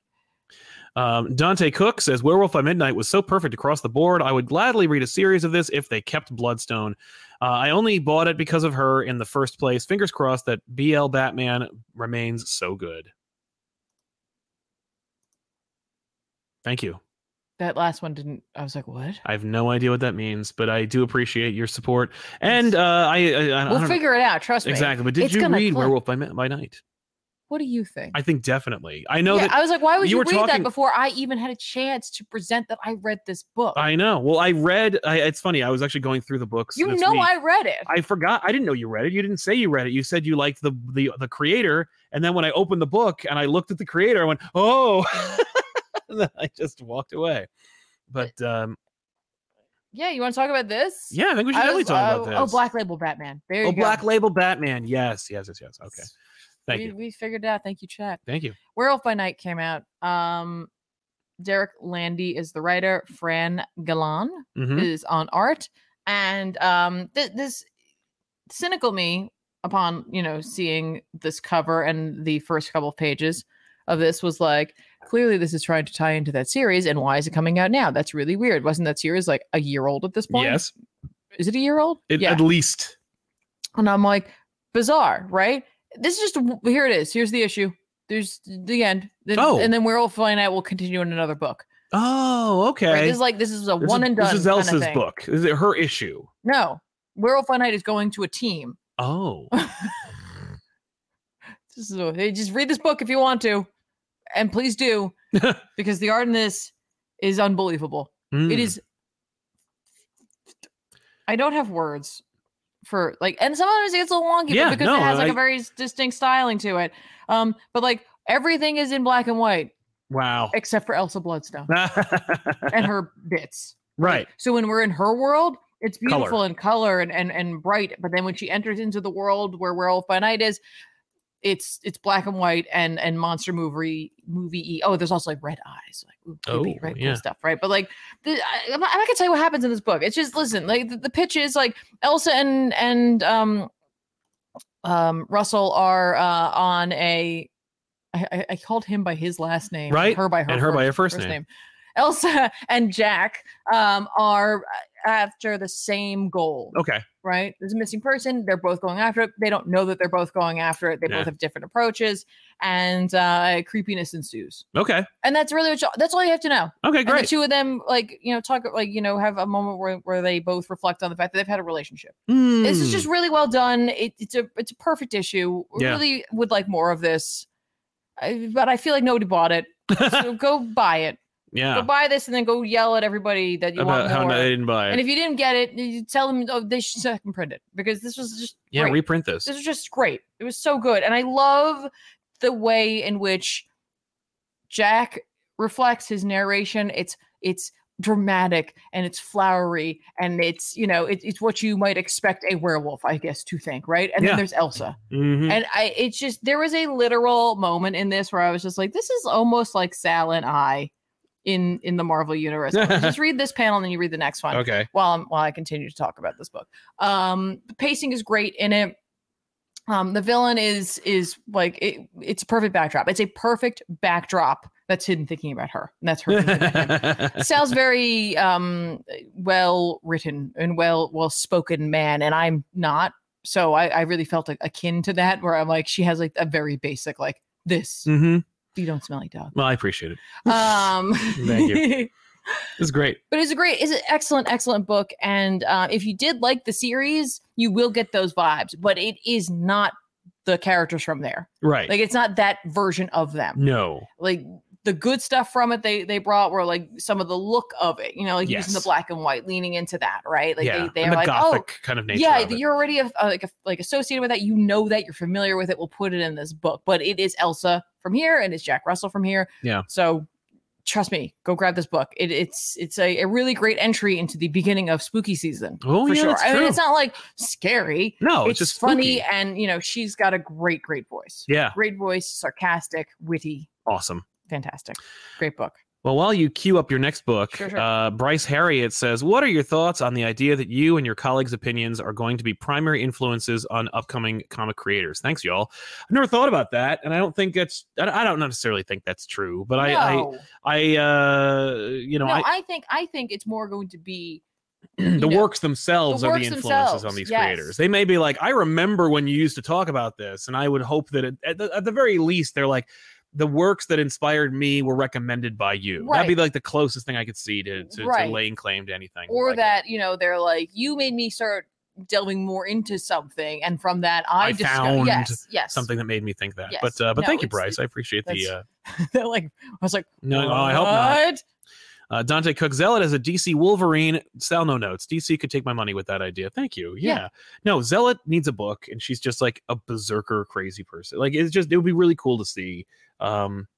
Um, Dante Cook says Werewolf by Midnight was so perfect across the board. I would gladly read a series of this if they kept Bloodstone. Uh, I only bought it because of her in the first place. Fingers crossed that BL Batman remains so good. Thank you. That last one didn't. I was like, what? I have no idea what that means, but I do appreciate your support. And uh, I, I, I, I we'll don't know- figure it out. Trust me. exactly. But did It's you gonna read click. Werewolf by, Mi- by Night? What do you think? I think definitely. I know yeah, that I was like, why would you you, were read talking- that before I even had a chance to present that I read this book? I know. Well, I read. I, it's funny. I was actually going through the books. you this know week. I read it. I forgot. I didn't know you read it. You didn't say you read it. You said you liked the the the creator. And then when I opened the book and I looked at the creator, I went, "Oh!" *laughs* and then I just walked away. But um, yeah, you want to talk about this? yeah, I think we should I definitely was- talk oh, about this. Oh, Black Label Batman. There you Oh, go. Black Label Batman. Yes, yes, yes, yes. Okay, thank we, you, We figured it out. Thank you, chat. thank you. Werewolf by Night came out. Um, Derek Landy is the writer. Fran Galan Mhm. is on art, and um, th- this cynical me upon you know seeing this cover and the first couple of pages of this was like clearly this is trying to tie into that series and why is it coming out now that's really weird wasn't that series like a year old at this point Yes, is it a year old it, at least. and I'm like, bizarre, right? This is just here it is. Here's the issue. There's the end. Then- Oh. And then Werewolf by Night will continue in another book. Oh, okay. Right? This is like this is a This is- one and done. This is kinda Elsa's thing. book. This is her issue. No. Werewolf by Night is going to a team. Oh, This is a- hey, just read this book if you want to. And please *laughs* do, because the art in this is unbelievable. Mm. *laughs* It is I don't have words for like and sometimes it gets a little wonky, Yeah, but because no, it has like I- a very s- distinct styling to it. Um, but like everything is in black and white. Hmm. wow. except for Elsa Bloodstone *laughs* and her bits. *laughs* right. So when we're in her world, it's Color. beautiful in color and, and and bright. But then when she enters into the world where Werewolf by Night is, it's it's black and white and and monster movie movie. Oh, there's also like red eyes, like ooh, creepy, Oh, right, yeah. cool stuff, right? But like, the, I, I'm not, I'm not gonna tell you what happens in this book. It's just listen, like the, the pitch is like Elsa and and um um Russell are uh on a. I, I- I called him by his last name, and Right, Her by her, and her by first- her first name. Elsa *laughs* and Jack um, are after the same goal, Okay. right? There's a missing person. They're both going after it. They don't know that they're both going after it. They Yeah. both have different approaches, and uh, creepiness ensues. Okay. And that's really what you, that's all you have to know. Okay. And the Great. two of them, like you know, talk like you know, have a moment where, where they both reflect on the fact that they've had a relationship. This is Hmm. just really well done. It, it's a it's a perfect issue. We Yeah. Really *laughs* would like more of this, I, but I feel like nobody bought it. So go buy it. Yeah. Go buy this and then go yell at everybody that you About want how more. I didn't buy it. and if you didn't get it, you tell them oh they should second print it because this was just yeah, great. reprint this. this was just great. It was so good, and I love the way in which Jack reflects his narration. It's it's dramatic and it's flowery and it's you know it, it's what you might expect a werewolf i guess to think right and Yeah. then there's elsa Mhm. and i it's just there was a literal moment in this where i was just like this is almost like sal and i in in the marvel *laughs* universe I'm like, just read this panel and then you read the next one Okay. while I'm, while I continue to talk about this book. Um, the pacing is great in it. Um, the villain is is like it, it's a perfect backdrop. It's a perfect backdrop that's hidden thinking about her. And that's her. thinking about *laughs* him. Sal's very um, well written and well well spoken man, and I'm not. So I, I really felt a- akin to that, where I'm like, she has like a very basic like this. hmm You don't smell *laughs* like dog. Well, I appreciate it. Um, Thank *laughs* you. It's great. But it's a great, it's an excellent, excellent book. And uh, if you did like the series, you will get those vibes. But it is not the characters from there. Right. Like it's not that version of them. no. Like the good stuff from it they they brought were like some of the look of it. You know, like using the Yes. black and white, leaning into that, right? Like yeah. they and they're the like, oh. gothic kind of nature. Yeah, of it. you're already a, like a, like associated with that. You know that you're familiar with it. We'll put it in this book, but it is Elsa from here and it's Jack Russell from here. Yeah. So trust me, go grab this book. It, it's it's a, a really great entry into the beginning of spooky season oh, for yeah. sure. That's I true. mean, it's not like scary. no, it's, it's, just funny, spooky. and you know she's got a great, great voice. Yeah. Great voice, sarcastic, witty, Awesome. fantastic. Great book. Well, while you queue up your next book, Sure, sure. Uh, Bryce Harriet says, What are your thoughts on the idea that you and your colleagues' opinions are going to be primary influences on upcoming comic creators? Thanks, y'all. I've never thought about that. And I don't think that's, I I don't necessarily think that's true, but I, no, I, I uh, you know, no, I, I, think I think it's more going to be the know, works themselves the are works the influences on themselves, these yes. creators. They may be like, I remember when you used to talk about this, and I would hope that it, at, the, at the very least, they're like, the works that inspired me were recommended by you. That'd Right. be like the closest thing I could see to, to, Right. to laying claim to anything. or like that you know they're like you made me start delving more into something, and from that I, I discovered found yes, yes something that made me think that. Yes. But uh, but No, thank you, it's- Bryce. I appreciate the. that's- Uh, *laughs* they're like I was like no, no, I hope not. "What?" Uh, Dante Cook Zealot as a DC Wolverine. Sal, no notes. DC could take my money with that idea. Thank you. Yeah. Yeah. No, Zealot needs a book, and she's just like a berserker, crazy person. Like it's just it would be really cool to see. Um,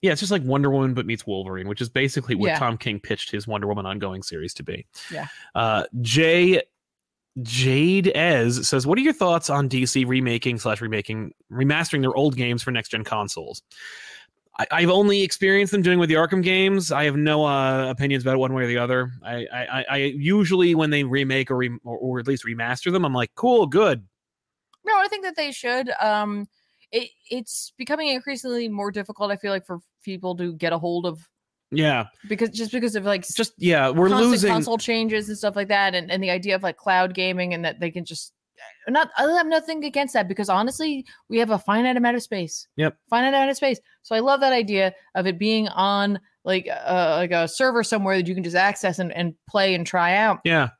yeah, it's just like Wonder Woman but meets Wolverine, which is basically what Yeah. Tom King pitched his Wonder Woman ongoing series to be. Yeah. Uh, Jay Jade Ez says, "What are your thoughts on DC remaking slash remaking remastering their old games for next gen consoles?" I, I've only experienced them doing with the Arkham games. I have no uh, opinions about it one way or the other. I, I, I- I usually when they remake or, re, or or at least remaster them, I'm like, cool, good. No, I think that they should. Um, it it's becoming increasingly more difficult. I feel like for people to get a hold of Yeah, because just because of like it's just yeah, we're constant losing. console changes and stuff like that, and, and the idea of like cloud gaming and that they can just not. I have nothing against that because honestly, we have a finite amount of space. Yep. finite amount of space. So I love that idea of it being on like uh, like a server somewhere that you can just access and, and play and try out. Yeah,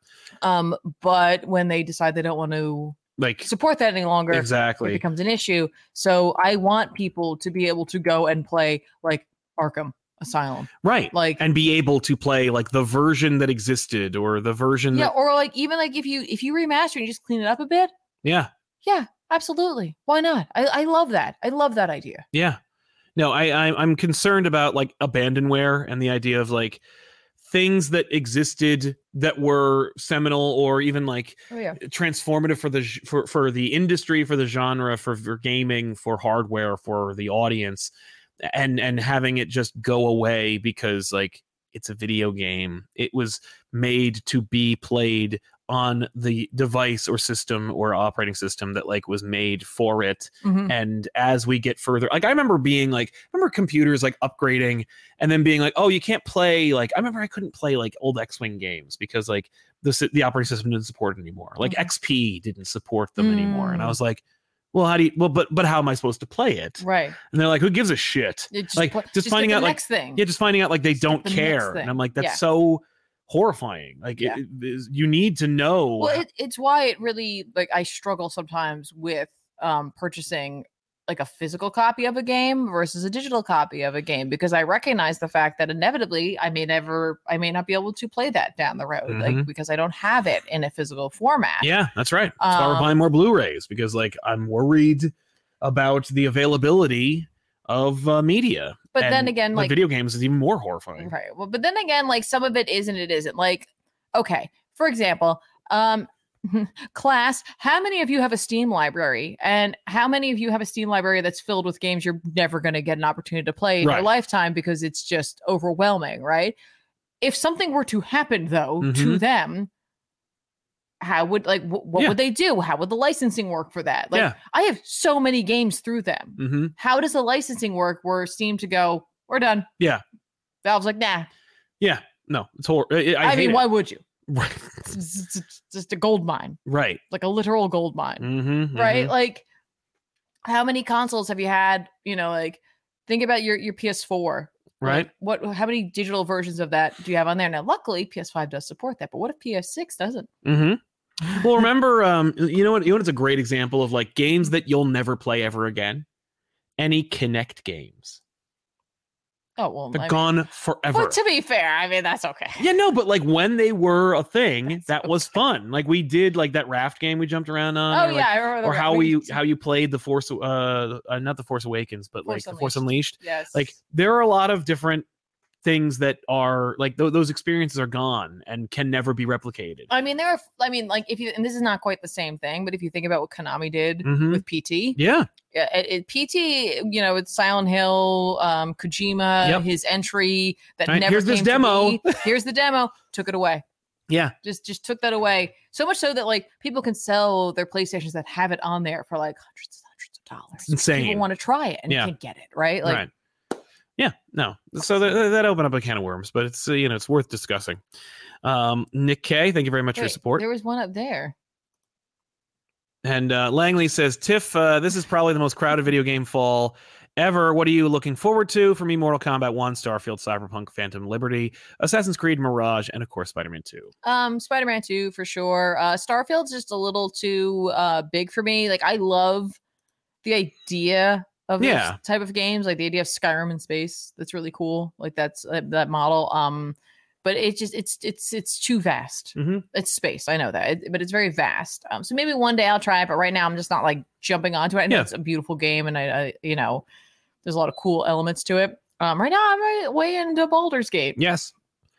Um, but when they decide they don't want to like support that any longer, it exactly. becomes an issue. So I want people to be able to go and play like Arkham Asylum, right, like and be able to play like the version that existed or the version yeah, that or like even like if you if you remaster and you just clean it up a bit, yeah yeah, absolutely, why not? I I love that. I love that idea. Yeah. No, I, I I'm concerned about like abandonware and the idea of like things that existed that were seminal or even like Oh yeah, transformative for the g- for for the industry, for the genre, for, for gaming, for hardware, for the audience, and and having it just go away because like it's a video game. It was made to be played on the device or system or operating system that like was made for it Mhm. and as we get further like i remember being like I remember computers like upgrading and then being like oh you can't play like i remember i couldn't play like old x-wing games because like the si- the operating system didn't support it anymore like Mhm. xp didn't support them anymore and i Mm. was like well how do you well but but how am i supposed to play it right. and they're like who gives a shit It just Like, pla- just get finding the out, like, next thing. yeah just finding out like they don't the next care thing. and i'm like that's Yeah. so horrifying like it- Yeah. it is- you need to know well, it, it's why it really like I struggle sometimes with um purchasing like a physical copy of a game versus a digital copy of a game because I recognize the fact that inevitably I may never I may not be able to play that down the road like Mhm. because I don't have it in a physical format. Yeah, that's right. That's why we're Um, buying more Blu-rays because like I'm worried about the availability of uh, media. But then And again the like video games is even more horrifying. Right. Well, but then again, like some of it is and it isn't. Like, okay, for example, um, *laughs* class, how many of you have a Steam library, and how many of you have a Steam library that's filled with games you're never going to get an opportunity to play in your Right. lifetime because it's just overwhelming, right? If something were to happen though to Mhm. them. How would like wh- what Yeah. would they do? How would the licensing work for that? Like yeah. I have so many games through them. Mm-hmm. How does the licensing work? Where Steam to go, we're done. Yeah. Valve's like, nah, Yeah. No, it's horrible. I, I, hate mean, it. why would you? *laughs* Right. It's- It's it's just a gold mine, Right. like a literal gold mine, Mm-hmm. right? Like, how many consoles have you had? You know, like, think about your your PS4. Right. Like, what? How many digital versions of that do you have on there now? Luckily, PS5 does support that, but what if PS6 doesn't? Mm-hmm. *laughs* Well, remember, um, you know what? You know what's a great example of like games that you'll never play ever again. Any Kinect games, Oh well, they're I mean- gone forever. Well, to be fair, I mean that's okay. Yeah, no, but like when they were a thing, That's that so was fun. Like we did like that raft game we jumped around on. oh or, like, yeah, I remember. Or the- how we we used to- how you played the Force uh, uh not the Force Awakens, but Force like the Force Unleashed. yes, Like there are a lot of different things that are like th- those experiences are gone and can never be replicated. I mean there are. I mean like if you and this is not quite the same thing, but if you think about what Konami did Mhm. with PT, Yeah. yeah, it, it- PT, you know, it's Silent Hill, um, Kojima, Yep. his entry that Right, never here's this came to demo. *laughs* be. Here's the demo. Took it away. Yeah. Just just took that away. So much so that like people can sell their PlayStations that have it on there for like hundreds and hundreds of dollars. It's insane. People want to try it and Yeah. can't get it, right? Like right. Yeah, no. So that that opened up a can of worms, but it's uh, you know it's worth discussing. Um, Nick K, thank you very much for your wait, support. There was one up there. And uh, Langley says, Tiff, uh, this is probably the most crowded video game fall ever. What are you looking forward to? For me, Mortal Kombat 1, Starfield, Cyberpunk, Phantom Liberty, Assassin's Creed, Mirage, and of course, Spider Man 2. Um, Spider-Man 2 for sure. Uh Starfield's just a little too uh big for me. Like I love the idea of those Yeah. type of games, like the idea of Skyrim in space. That's really cool. Like that's uh, that model. Um but it just it's it's it's too vast. Mhm. It's space. I know that, it, but it's very vast. Um, so maybe one day I'll try it. But right now I'm just not like jumping onto it. I know Yeah. it's a beautiful game, and I, I you know there's a lot of cool elements to it. Um, right now I'm right way into Baldur's Gate. Yes.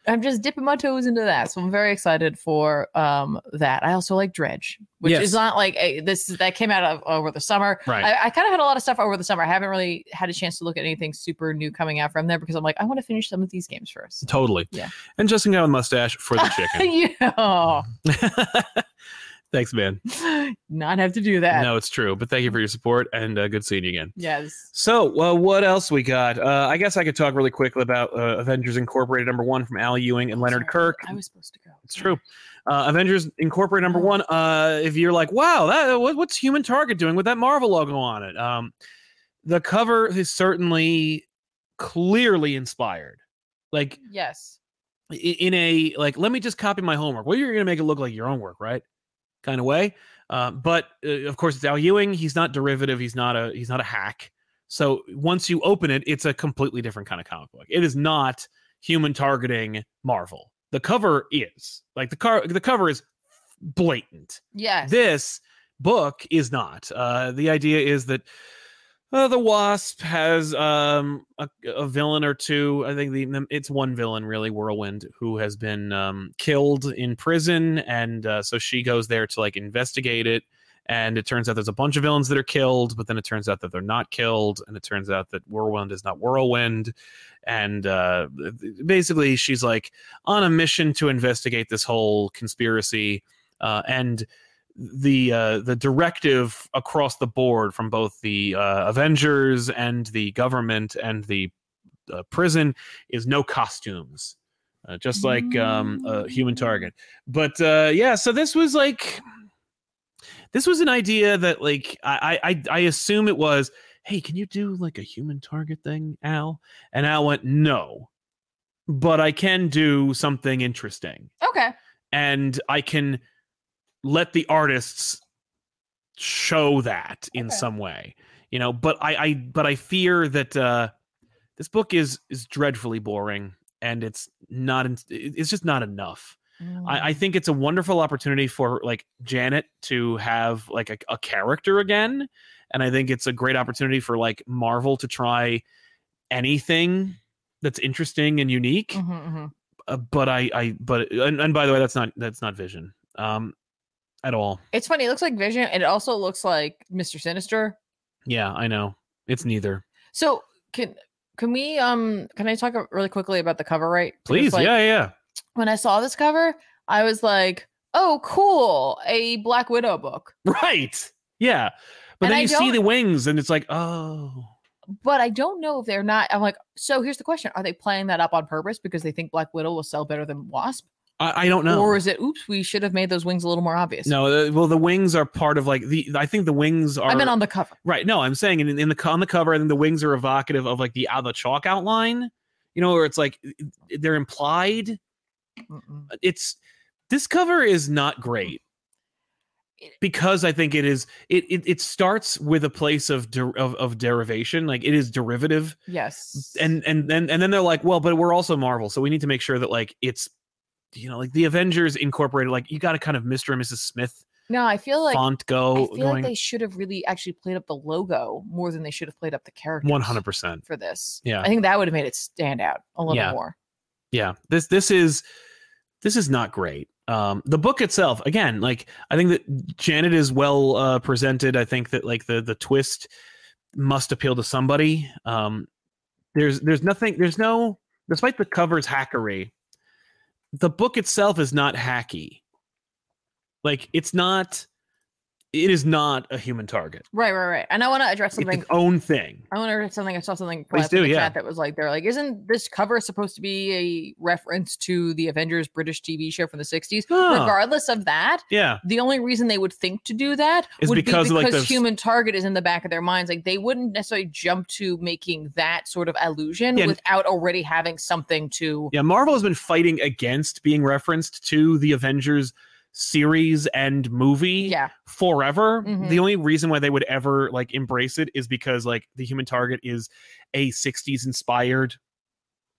I'm just dipping my toes into that. So I'm very excited for um that. I also like Dredge, which is Yes. not like a, this that came out of over the summer. Right. I, I kind of had a lot of stuff over the summer. I haven't really had a chance to look at anything super new coming out from there because I'm like, I want to finish some of these games first. totally. Yeah. And Justin got a mustache for the *laughs* chicken. yeah. *laughs* Thanks, man. Not have to do that. No, it's true. But thank you for your support and uh, good seeing you again. Yes. So, uh, what else we got? Uh, I guess I could talk really quickly about uh, Avengers Incorporated number one from Al Ewing and Leonard Sorry, Kirk. I was supposed to go. It's true. Uh, Avengers Incorporated number one. Uh, if you're like, wow, that what, what's Human Target doing with that Marvel logo on it? Um, the cover is certainly clearly inspired. Like Yes. i- in a like, let me just copy my homework. Well, you're gonna make it look like your own work, right? Kind of way. Uh, but uh, of course, it's Al Ewing. He's not derivative. He's not a he's not a hack. So once you open it, it's a completely different kind of comic book. It is not human targeting Marvel. The cover is like the car. The cover is blatant. Yes. This book is not. Uh, the idea is that uh, the Wasp has um, a, a villain or two. I think the it's one villain really, Whirlwind, who has been um, killed in prison, and uh, so she goes there to like investigate it. And it turns out there's a bunch of villains that are killed, but then it turns out that they're not killed, and it turns out that Whirlwind is not Whirlwind. And uh, basically, she's like on a mission to investigate this whole conspiracy, uh, and the uh, the directive across the board from both the uh, Avengers and the government and the uh, prison is no costumes, uh, just like um, a human target. But uh, yeah, so this was like this was an idea that like I I I- I assume it was. Hey, can you do like a human target thing, Al? And Al went, no, but I can do something interesting okay. and I can let the artists show that in Okay. some way. you know but i i but i fear that uh this book is is dreadfully boring and it's not en- it- it's just not enough I, I think it's a wonderful opportunity for like Janet to have like a, a character again, and I think it's a great opportunity for like Marvel to try anything that's interesting and unique. *laughs* Mhm, mhm. Uh, but I, I, but and, and by the way, that's not that's not Vision, um, at all. It's funny. It looks like Vision, and it also looks like Mister Sinister. Yeah, I know it's neither. So can can we um can I talk really quickly about the cover? Right, Because, Please, like, yeah, yeah. When I saw this cover, I was like, "Oh, cool! A Black Widow book." yeah. *laughs* right, yeah. But And then I you see don't- the wings, and it's like, oh, But I don't know if they're not. I'm like, so here's the question: Are they playing that up on purpose because they think Black Widow will sell better than Wasp, I, I don't know. or is it? Oops, we should have made those wings a little more obvious. no, uh, well, the wings are part of like the. I think the wings are. I meant on the cover. Right. No, I'm saying in, in the co- on the cover, I think the wings are evocative of like the out the chalk outline, you know, where it's like they're implied. Mm-mm. It's this cover is not great because I think it is it it, it starts with a place of, der- of of derivation, like it is derivative, Yes, and and then and then they're like, well, but we're also Marvel, so we need to make sure that like it's you know like the Avengers incorporated, like you got to kind of Mr. and Mrs. Smith no, I feel like font go I feel going like they should have really actually played up the logo more than they should have played up the character. one hundred percent. for this. Yeah. I think that would have made it stand out a little Yeah. more. yeah this this is this is not great um the book itself again like i think that janet is well uh presented i think that like the the twist must appeal to somebody um there's there's nothing there's no despite the cover's hackery the book itself is not hacky like it's not it is not a human target Right, right, right. And I want to address it's something. its own thing I want to address something. I saw something. Please brought up in do, the yeah. chat That was like they're like, isn't this cover supposed to be a reference to the Avengers British TV show from the '60s? Huh. Regardless of that, yeah the only reason they would think to do that Is would because, be like, because the- human target is in the back of their minds. Like they wouldn't necessarily jump to making that sort of allusion Yeah, and- without already having something to. Yeah, Marvel has been fighting against being referenced to the Avengers series and movie Yeah, forever. Mhm. The only reason why they would ever like embrace it is because like the human target is a 60s inspired,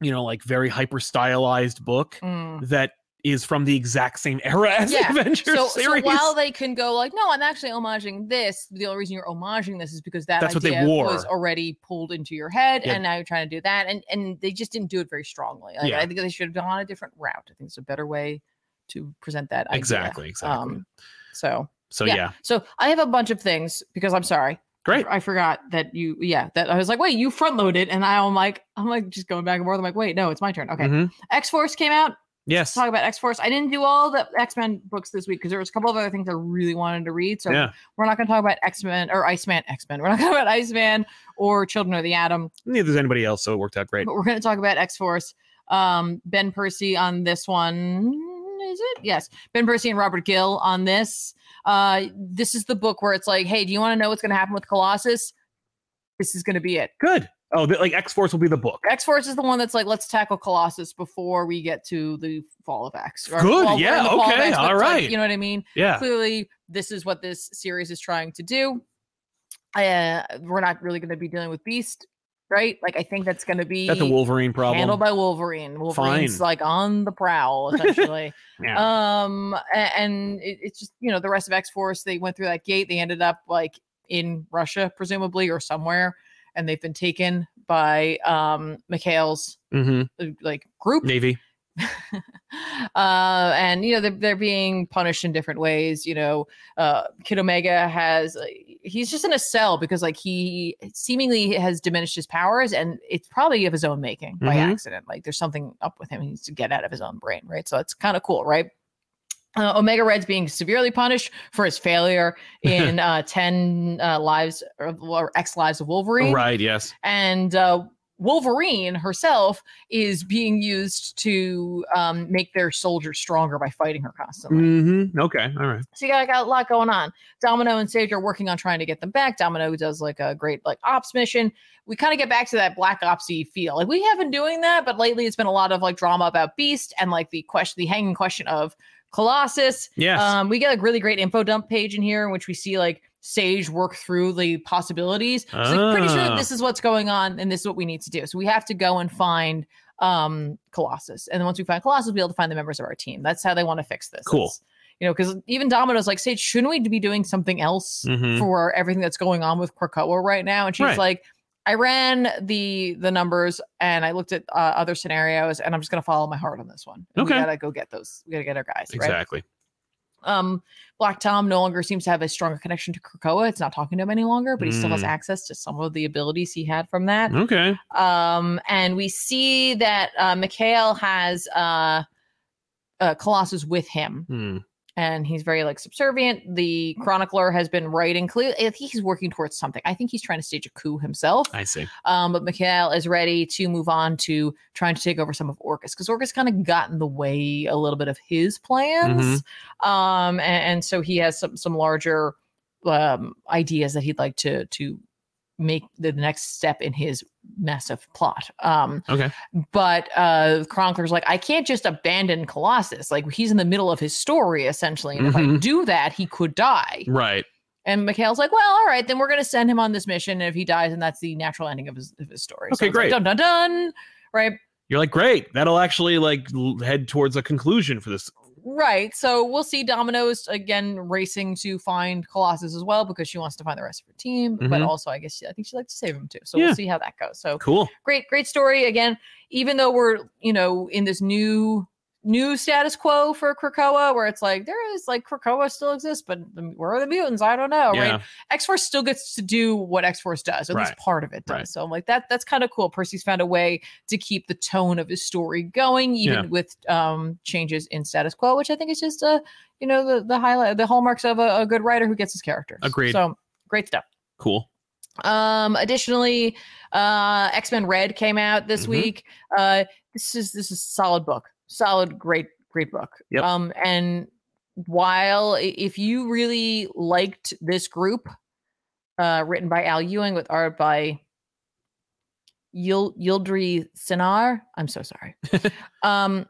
you know, like very hyper stylized book Mm. that is from the exact same era *laughs* as Yeah, the Avengers so, so series. *laughs* while they can go like, no, I'm actually homaging this. The only reason you're homaging this is because that That's what they idea was wore. already pulled into your head, Yeah. and now you're trying to do that. And and they just didn't do it very strongly. Like, Yeah. I think they should have gone a different route. I think it's a better way to present that. idea. exactly, exactly. Um, so so yeah. yeah. so I have a bunch of things because I'm sorry. Great. I forgot that you. Yeah, that I was like, wait, you front loaded, and I, am like, I'm like just going back and forth. I'm like, wait, no, it's my turn. Okay, Mhm. X Force came out Yes. talk about X Force. I didn't do all the X Men books this week because there was a couple of other things I really wanted to read. So Yeah. we're not going to talk about X Men or Iceman. X Men. We're not going to talk about Iceman or Children of the Atom, Neither is anybody else, so it worked out great. but we're going to talk about X Force. Um, ben Percy on this one. Is it? Yes. Ben Percy and Robert Gill on this. Uh, this is the book where it's like, hey, do you want to know what's going to happen with Colossus? This is going to be it. Good. Oh, th- like X Force will be the book. X Force is the one that's like, let's tackle Colossus before we get to the fall of X. Good, well, we're in yeah, the fall of okay, X, but all it's like, right. you know what I mean? Yeah. Clearly, this is what this series is trying to do. Uh, we're not really going to be dealing with Beast, right? Like, I think that's going to be That's a Wolverine problem. handled by Wolverine. Wolverine's Fine. like on the *laughs* prowl, essentially. yeah. um, a- and it, it's just you know the rest of X Force. They went through that gate. They ended up like in Russia, presumably, or somewhere, and they've been taken by um Mikhail's hmm uh, like group Navy. *laughs* uh, and you know they're, they're being punished in different ways you know uh, kid omega has uh, he's just in a cell because like he seemingly has diminished his powers and it's probably of his own making by Mhm. accident like there's something up with him he needs to get out of his own brain right so it's kind of cool right uh, Omega Red's being severely punished for his failure in uh, 10 uh, lives or, or X lives of Wolverine Oh, Right. Yes. and uh, Wolverine herself is being used to um, make their soldiers stronger by fighting her constantly. Mm-hmm. Okay. All right. So you got, got a lot going on. Domino and Sage are working on trying to get them back. Domino does like a great like ops mission. We kind of get back to that black opsy feel. Like we have been doing that, but lately it's been a lot of like drama about Beast and like the question, the hanging question of Colossus. Yes. Um, we get a really great info dump page in here in which we see like Sage work through the possibilities. She's like, Um, pretty sure Ah. that this is what's going on and this is what we need to do. So we have to go and find um Colossus. And then once we find Colossus, we'll be able to find the members of our team. That's how they want to fix this. Cool. It's- you know, because even Domino's like, Sage, shouldn't we be doing something else Mhm. for everything that's going on with Krakoa right now? And she's Right. like, I ran the the numbers and I looked at uh, other scenarios and I'm just gonna follow my heart on this one. And Okay. We gotta go get those. We gotta get our guys. Right. Exactly. Um, Black Tom no longer seems to have a stronger connection to Krakoa. It's not talking to him any longer, but he still has Mm. access to some of the abilities he had from that. Okay. Um, and we see that uh, Mikhail has uh, uh, Colossus with him, Hmm. and he's very like subservient. The Chronicler has been writing. Clear, I think he's working towards something. I think he's trying to stage a coup himself. I see. Um, but Mikhail is ready to move on to trying to take over some of Orcus because Orcus kind of got in the way a little bit of his plans. Um, a- and, so he has some some larger um, ideas that he'd like to to make the next step in his massive plot. Um, Okay. But uh, Chronicler's like, I can't just abandon Colossus. Like he's in the middle of his story essentially, and if I Mhm. do that, he could die. Right. And Mikhail's like, well, all right, then we're going to send him on this mission. And if he dies, then that's the natural ending of his, of his story. Okay, it's like, great. dun, dun, dun. Right. You're like, great. That'll actually like l- head towards a conclusion for this. Right. So we'll see Domino's again racing to find Colossus as well because she wants to find the rest of her team. But Mhm. also, I guess, she, I think she'd like to save him too. So Yeah. we'll see how that goes. So Cool. great, great story. Again, even though we're, you know, in this new. New status quo for Krakoa, where it's like there is like Krakoa still exists, but the- where are the mutants? I don't know, oh, right? yeah. X Force still gets to do what X Force does, or at Right. least part of it does. Right. So I'm like, that that's kind of cool. Percy's found a way to keep the tone of his story going, even Yeah. with um changes in status quo, which I think is just uh, you know, the the highlight the hallmarks of a, a good writer who gets his characters. Agreed. So great stuff. Cool. Um, additionally, uh, X Men Red came out this Mhm. week. Uh, this is this is a solid book, solid, great, great book. Yep. Um, and while i- if you really liked this group, uh, written by Al Ewing with art by Yil- Yildri Sinar, I'm so sorry. um,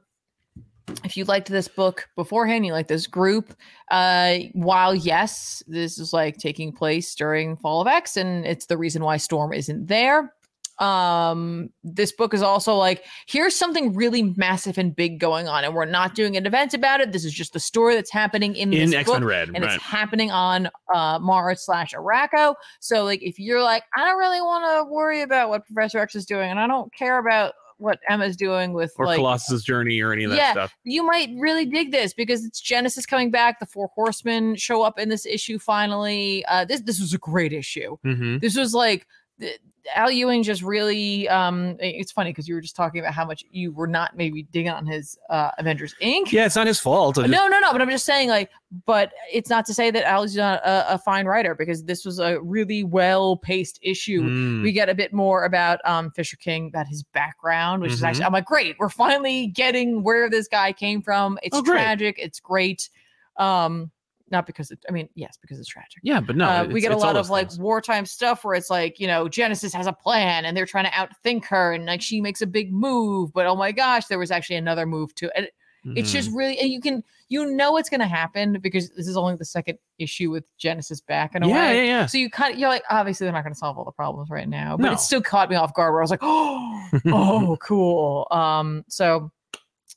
if you liked this book beforehand, you like this group, uh, while yes, this is like taking place during Fall of X, and it's the reason why Storm isn't there. Um, this book is also like here's something really massive and big going on, and we're not doing an event about it. This is just the story that's happening in, In this X book Men Red. and Right. it's happening on uh Mars slash Araco. So like if you're like, I don't really want to worry about what Professor X is doing, and I don't care about what Emma's doing with Or like Colossus's Journey or any of that Yeah. stuff. you might really dig this because it's Genesis coming back. The four horsemen show up in this issue finally. Uh this this was a great issue. Mm-hmm. This was like th- Al Ewing just really um it- it's funny because you were just talking about how much you were not maybe digging on his uh Avengers Inc. Yeah, it's not his fault. I just- No, no, no. But I'm just saying, like, but it's not to say that Ali's not a, a fine writer because this was a really well paced issue. Mm. We get a bit more about um, Fisher King, about his background, which is Mhm. actually, I'm like, great, we're finally getting where this guy came from. It's Oh, great. tragic. It's great. Um, not because it, I mean, yes, because it's tragic. Yeah, but no. uh, it's- we get a it's all lot of those like things. wartime stuff where it's like, you know, Genesis has a plan and they're trying to outthink her and like she makes a big move, but oh my gosh, there was actually another move too. And it's just Mm. really and you can you know it's gonna happen because this is only the second issue with Genesis back in Mhm. a Yeah, way. yeah, yeah. So you kind of you're like obviously they're not gonna solve all the problems right now, but No. it still caught me off guard where I *laughs* was like, oh, *laughs* oh, cool. Um, so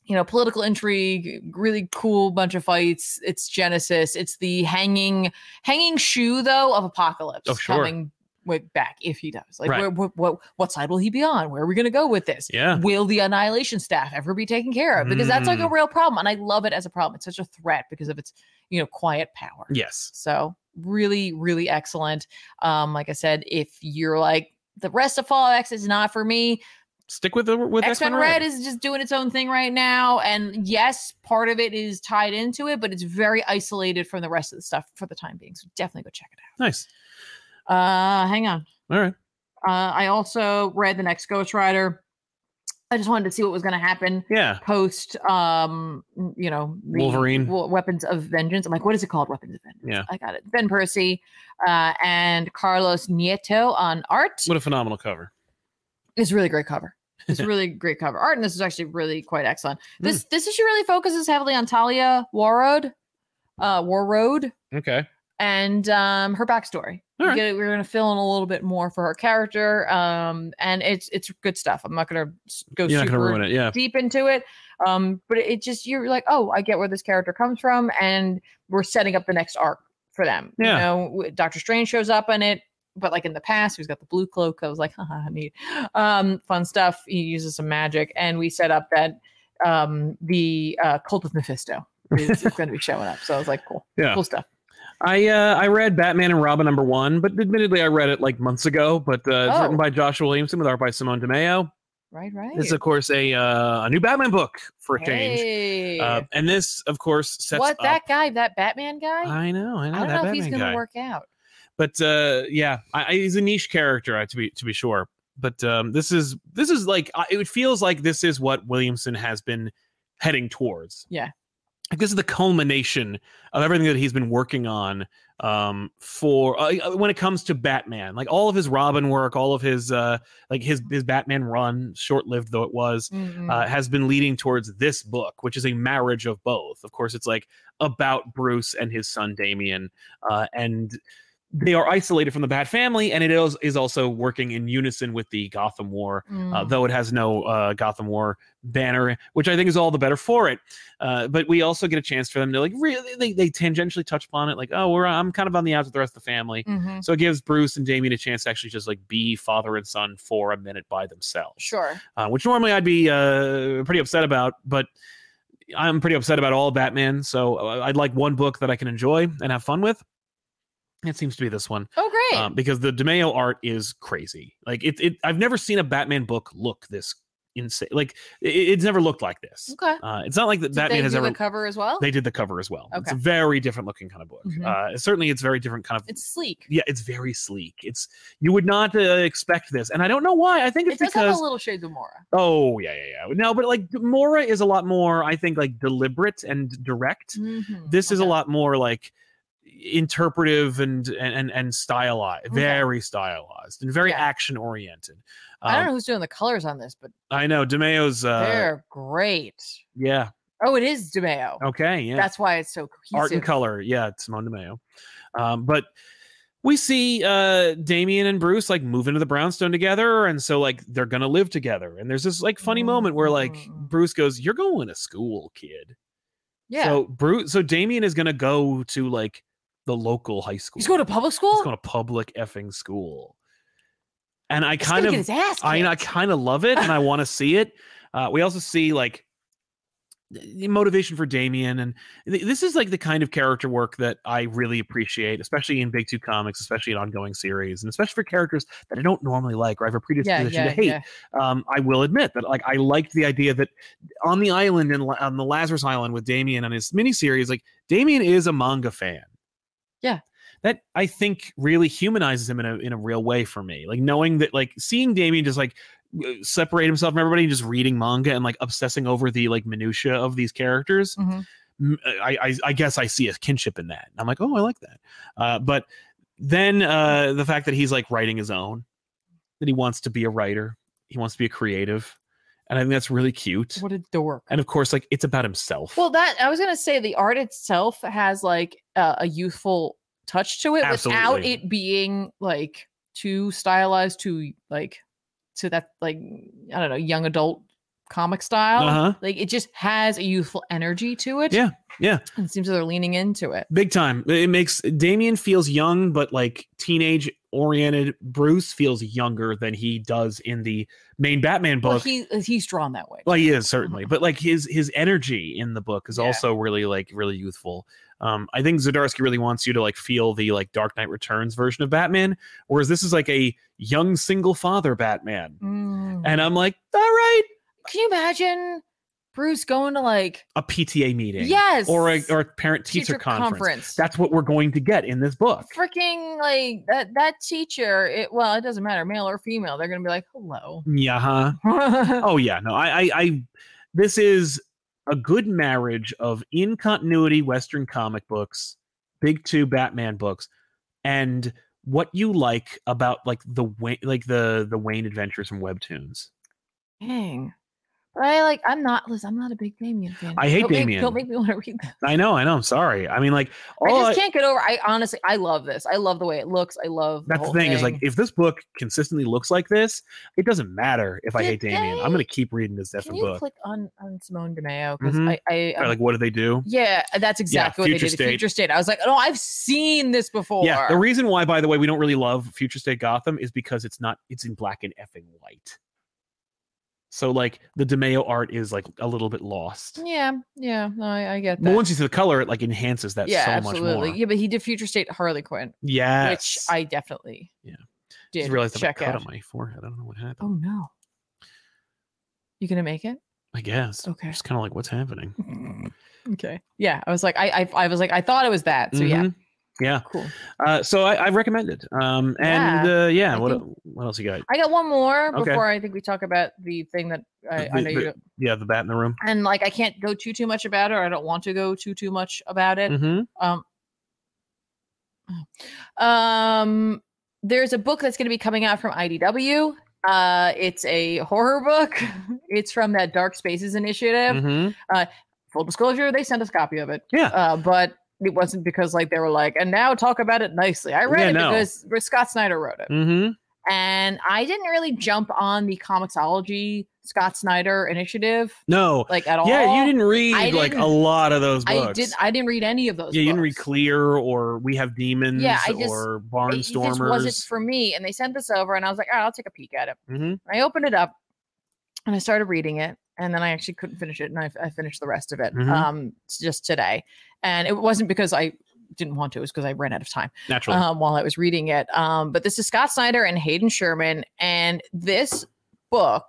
you know, political intrigue, really cool bunch of fights. It's Genesis. It's the hanging hanging shoe though of Apocalypse Oh, sure. coming with back if he does. Like, Right. where, what, what what side will he be on? Where are we gonna go with this? Yeah. will the annihilation staff ever be taken care of because that's like a Mm. real problem and i love it as a problem it's such a threat because of its you know quiet power Yes. so really really excellent um like i said if you're like the rest of fall x is not for me Stick with the with X x-men red is just doing its own thing right now and yes part of it is tied into it but it's very isolated from the rest of the stuff for the time being so definitely go check it nice. out uh hang on All right. uh i also read the next ghost rider i just wanted to see what was going to happen Yeah. post um m- you know the Wolverine. Wo- weapons of vengeance i'm like what is it called weapons of vengeance Mm. Yeah. i got it ben percy uh and carlos nieto on art What a phenomenal cover. it's a really great cover it's *laughs* a really great cover art and this is actually really quite excellent Hmm. this this issue really focuses heavily on talia warroad uh warroad Okay. and um, her backstory. We All right. get- we're going to fill in a little bit more for her character, um, and it's it's good stuff. I'm not going to go You're not super gonna ruin it. Yeah. deep into it. Um, but it just you're like, oh, I get where this character comes from, and we're setting up the next arc for them. Yeah. You know, w- Doctor Strange shows up in it, but like in the past, he's got the blue cloak. I was like, haha, neat. Um, fun stuff. He uses some magic, and we set up that um the uh, cult of Mephisto is, going to be showing up. So I was like, cool, Yeah. cool stuff. I uh, I read Batman and Robin number one, but admittedly I read it like months ago. But uh, it's Oh. written by Joshua Williamson with art by Simone DeMeo. Right, right. It's of course a uh, a new Batman book for a change, Hey. uh, and this of course sets what up- that guy, that Batman guy? I know, I know I don't that know Batman if he's going guy. to work out. but uh, yeah, I, I, he's a niche character I- to be to be sure. But um, this is this is like I- it feels like this is what Williamson has been heading towards. Yeah. like this is the culmination of everything that he's been working on um, for uh, uh, when it comes to Batman. Like all of his Robin work, all of his uh, like his his Batman run, short lived though it was, Mhm. uh, has been leading towards this book, which is a marriage of both. Of course, it's like about Bruce and his son Damien, uh, and they are isolated from the Bat family, and it is, is also working in unison with the Gotham War. Uh, Mm. though it has no uh, Gotham War banner, which I think is all the better for it. Uh, but we also get a chance for them to like really they, they tangentially touch upon it, like oh, we're I'm kind of on the outs with the rest of the family. Mhm. So it gives Bruce and Damien a chance to actually just like be father and son for a minute by themselves Sure. uh, which normally I'd be uh, pretty upset about, but I'm pretty upset about all Batman. So I- I'd like one book that I can enjoy and have fun with. It seems to be this one Oh, great. um, because the DeMeo art is crazy. Like it, it, I've never seen a Batman book look this insane. Like it, it's never looked like this. okay. Uh, it's not like that Did Batman they has do ever. the cover as well? they did the cover as well. It's a Okay. very different looking kind of book. Mhm. Uh, certainly, it's very different kind of. it's sleek. yeah, it's very sleek. It's you would not uh, expect this, and I don't know why. I think It it's does have because a little shades of Mora. Oh yeah, yeah, yeah. No, but like Mora is a lot more, I think, like deliberate and direct. Mhm. This is a Okay. lot more like interpretive and and and, and stylized, Okay. very stylized and very Yeah. action oriented. I don't know Um, who's doing the colors on this, but I know DeMeo's. Uh, they're great. yeah. Oh, it is DeMeo. Okay. Yeah. That's why it's so cohesive. art and color. Yeah, it's Simone de Mayo. Um, but we see uh Damien and Bruce like move into the brownstone together, and so like they're gonna live together. And there's this like funny moment where like Mm. Bruce goes, You're going to school, kid. Yeah. So Bruce so Damien is gonna go to like the local high school. He's going to public school. He's going to public effing school. And I He's kind gonna of get his ass. I, I kicked. kind of love it and *laughs* I want to see it. Uh, we also see like the motivation for Damien. And th- this is like the kind of character work that I really appreciate, especially in Big Two comics, especially in ongoing series, and especially for characters that I don't normally like or I have a yeah, predisposition yeah, to hate. yeah. Um, I will admit that like I liked the idea that on the island and on the Lazarus Island with Damien on his miniseries, like Damien is a manga fan. Yeah. That I think really humanizes him in a in a real way for me. Like knowing that like seeing Damien just like w- separate himself from everybody and just reading manga and like obsessing over the like minutia of these characters Mhm. m- uh, I, I I guess I see a kinship in that. I'm like, oh, I like that. Uh, but then uh, the fact that he's like writing his own, that he wants to be a writer, he wants to be a creative, and I think that's really cute. What a dork. And of course, like it's about himself. Well, that I was gonna say the art itself has like uh, a youthful touch to it without Absolutely. it being like too stylized, too like to that like I don't know young adult comic style. uh huh, Like it just has a youthful energy to it. Yeah, yeah. And it seems that they're leaning into it. big time. It makes Damien feels young, but like teenage oriented. Bruce feels younger than he does in the main Batman Well, book. he uh, he's drawn that way. Well, he is certainly, but like his his energy in the book is Yeah. also really like really youthful. Um, I think Zdarsky really wants you to like feel the like Dark Knight Returns version of Batman, whereas this is like a young single father Batman. Mm. And I'm like, all right, Can you imagine Bruce going to like a PTA meeting, yes or a or parent teacher conference. That's what we're going to get in this book. freaking like that that teacher it well it doesn't matter male or female they're gonna be like hello Yeah, huh? *laughs* Oh yeah, no, I, I, I, this is a good marriage of in continuity Western comic books, big two Batman books, and what you like about like the Wayne, like the the Wayne Adventures from webtoons. dang Right? Like I'm not listen, I'm not a big Damien fan. I hate don't make- Damien. don't make me want to read them. I know, I know. I'm sorry. I mean, like, all I I just can't get over I honestly I love this. I love the way it looks. I love that's the whole thing, is *laughs* like, if this book consistently looks like this, it doesn't matter if I Did hate Damien. I'm they- gonna keep reading this Can effing you book. click on on Simone de Mayo? Because Mhm. I, I Or, I'm- like, what do they do? yeah, that's exactly what they Future did. State. Future State. I was like, no, I've seen this before. Yeah. The reason why, by the way, we don't really love Future State Gotham is because it's not. It's in black and effing white. So like the DeMeo art is like a little bit lost. yeah, yeah. No, I, I get that. But once you see the color, it like enhances that yeah, so much absolutely. more. Yeah, but he did Future State Harley Quinn, Yes. which I definitely Yeah. did just realized I have a check cut out. on my forehead. I don't know what happened. Oh no. You gonna make it? I guess. Oh, Okay. *laughs* Just kind of like what's happening. Okay. Yeah, I was like, I, I, I was like, I thought it was that. So yeah, Mhm. Yeah. cool. Uh, so I, I recommend it. Um, and yeah, uh, yeah I what think- el- what else you got? I got one more Okay. before I think we talk about the thing that I, I The- know the- you. don't- Yeah, the bat in the room. And like, I can't go too too much about it. Or I don't want to go too too much about it. hmm Um, um, there's a book that's going to be coming out from IDW. Uh, it's a horror book. *laughs* It's from that Dark Spaces initiative. hmm Full disclosure, they sent us a copy of it. Yeah. Uh, but it wasn't because like they were like, and now talk about it nicely. I read Yeah, it no. because Scott Snyder wrote it. hmm And I didn't really jump on the comicsology Scott Snyder initiative No. like at all. Yeah, you didn't read I like a didn't- lot of those books. I did I didn't read any of those. yeah, you didn't read books. Clear or We Have Demons Yeah, I just- or It just wasn't Barnstormers. for me. And they sent this over, and I was like, all right, I'll take a peek at it. hmm I opened it up, and I started reading it, and then I actually couldn't finish it, and I, I finished the rest of it Mhm. um, just today. And it wasn't because I didn't want to; it was because I ran out of time. Naturally. um, while I was reading it. Um, but this is Scott Snyder and Hayden Sherman, and this book,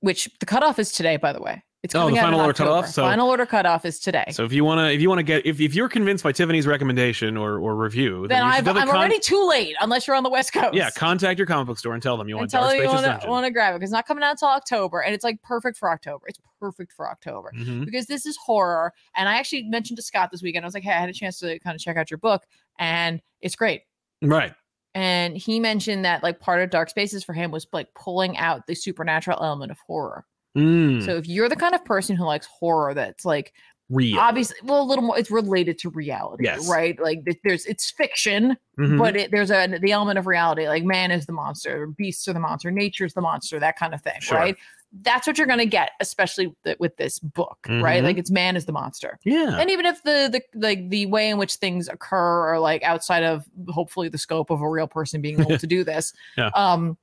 which the cutoff is today, by the way. It's Oh, coming the out in final order October. cutoff, so- Final order cutoff is today. So if you wanna if you wanna get if, if you're convinced by Tiffany's recommendation or, or review, then, then you should I've, I'm definitely con- already too late, unless you're on the West Coast. Yeah, contact your comic book store and tell them you and want tell Dark them you Spaces want to Dungeon. want to grab it because it's not coming out until October, and it's like perfect for October. It's perfect for October. Mhm. because this is horror. And I actually mentioned to Scott this weekend. I was like, "Hey, I had a chance to kind of check out your book, and it's great." Mm-hmm. Right. and he mentioned that like part of dark spaces for him was like pulling out the supernatural element of horror Mm. so if you're the kind of person who likes horror that's like Real. obviously well a little more it's related to reality Yes. right like th- there's it's fiction Mhm. but it, there's a the element of reality like man is the monster beasts are the monster nature's the monster that kind of thing Sure. right that's what you're going to get especially th- with this book right Mhm. like it's man is the monster yeah. and even if the the like the way in which things occur are like outside of hopefully the scope of a real person being *laughs* able to do this Yeah. um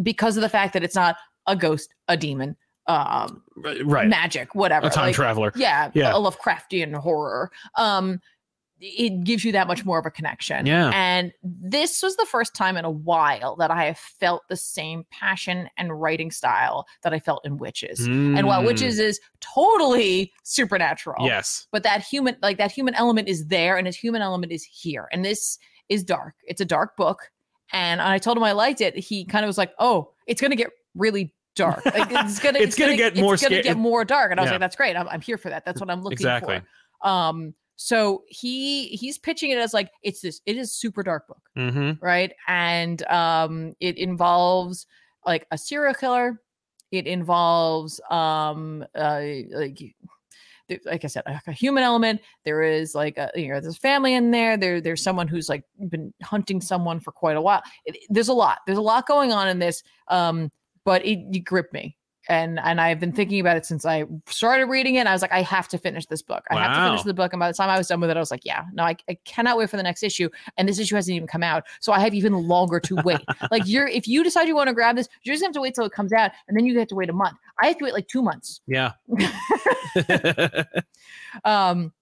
because of the fact that it's not a ghost a demon um Right, right. magic whatever a time like, traveler. yeah, Yeah. a Lovecraftian horror um it gives you that much more of a connection Yeah. and this was the first time in a while that i have felt the same passion and writing style that i felt in witches and while Mm. witches is totally supernatural Yes. but that human like that human element is there and his human element is here and this is dark it's a dark book and i told him i liked it he kind of was like oh it's gonna get really dark like, it's gonna *laughs* It's gonna get more it's gonna sca- get more dark and i was Yeah. like that's great I'm, I'm here for that that's what i'm looking Exactly. for um so he he's pitching it as like it's this it is super dark book Mm-hmm. right? And um, it involves like a serial killer. It involves um, uh, like th- like I said, a a human element. There is like a, you know, there's family in there. There, there's someone who's like been hunting someone for quite a while. It, there's a lot. There's a lot going on in this. Um, but it, it gripped me. And and I've been thinking about it since I started reading it. I was like, I have to finish this book. I have to finish Wow. the book. And by the time I was done with it, I was like, yeah, no, I, I cannot wait for the next issue and this issue hasn't even come out. So I have even longer to wait. like you're if you decide you want to grab this, you're just gonna have to wait till it comes out, and then you have to wait a month. I have to wait like two months. *laughs* Yeah. *laughs* Um,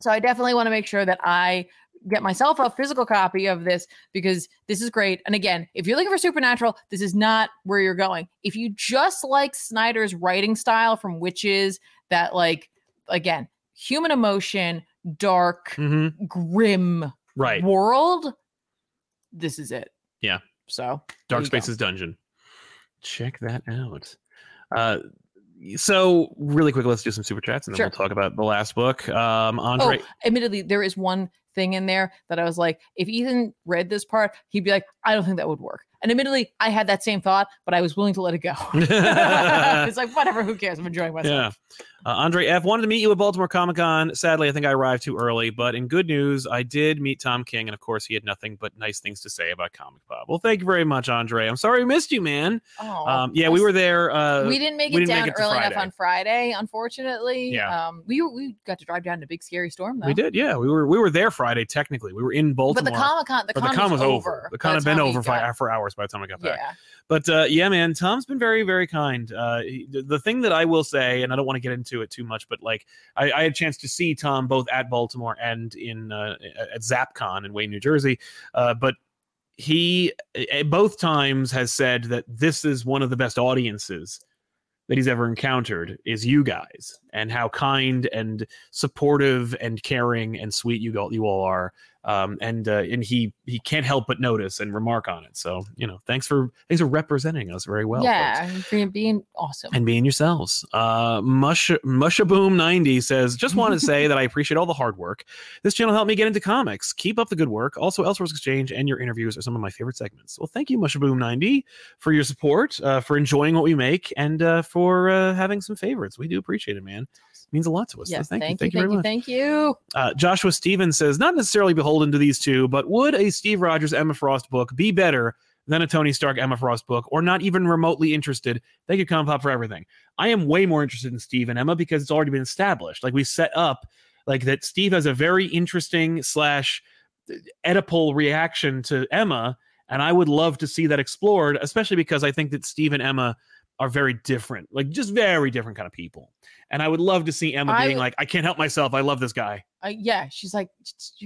so I definitely want to make sure that I get myself a physical copy of this because this is great. And again, if you're looking for supernatural, this is not where you're going. If you just like Snyder's writing style from witches, that like again, human emotion, dark, hmm grim Right. world, this is it. Yeah. So Dark you go. Spaces Dungeon. Check that out. Uh, so really quick, let's do some super chats and then Sure. we'll talk about the last book. Um, Oh, *laughs* Andre. *laughs* admittedly, there is one thing in there that I was like, if Ethan read this part, he'd be like, I don't think that would work. And admittedly, I had that same thought, but I was willing to *laughs* let it go. *laughs* it's like whatever, who cares? I'm enjoying myself. Yeah. Uh, Andre F. wanted to meet you at Baltimore Comic Con. Sadly, I think I arrived too early, but in good news, I did meet Tom King, and of course, he had nothing but nice things to say about Comic Pop. Well, thank you very much, Andre. I'm sorry we missed you, man. Oh, Um, yeah, we were there. Uh, we didn't make we it didn't down make it to early enough Friday. on Friday, unfortunately. Yeah. Um, we we got to drive down to big scary storm though. we did. Yeah, we were we were there Friday. Technically, we were in But Baltimore. the Comic Con, the but con, the con was over. The By con had time been we over for, got- uh, for hours by the time I got back. Yeah. But uh, yeah, man, Tom's been very, very kind. Uh, he- the, the thing that I will say, and I don't want to get into it too much, but like I, I had a chance to see Tom both at Baltimore and in uh, at ZapCon in Wayne, New Jersey. Uh, but he eh, both times has said that this is one of the best audiences that he's ever encountered is you guys and how kind and supportive and caring and sweet you all you all are um, and uh, and he he can't help but notice and remark on it so you know thanks for thanks for representing us very well folks, yeah. For being awesome. and being yourselves uh mush mushaboom 90 says just want to *laughs* say that i appreciate all the hard work this channel helped me get into comics keep up the good work also elseworlds exchange and your interviews are some of my favorite segments well thank you mushaboom 90 for your support uh, for enjoying what we make and uh, for uh, having some favorites we do appreciate it man it means a lot to us yes. so thank, you thank you very much Thank you. uh, Joshua Stevens says, not necessarily beholden to these two, but would a Steve Rogers Emma Frost book be better than a Tony Stark Emma Frost book, or not even remotely interested? They could come pop for everything. I am way more interested in Steve and Emma because it's already been established. Like we set up, like that Steve has a very interesting slash uh, Oedipal reaction to Emma, and I would love to see that explored, especially because I think that Steve and Emma are very different, like just very different kind of people. And I would love to see Emma I- being like, I can't help myself. I love this guy. Uh, yeah. She's like, *sighs*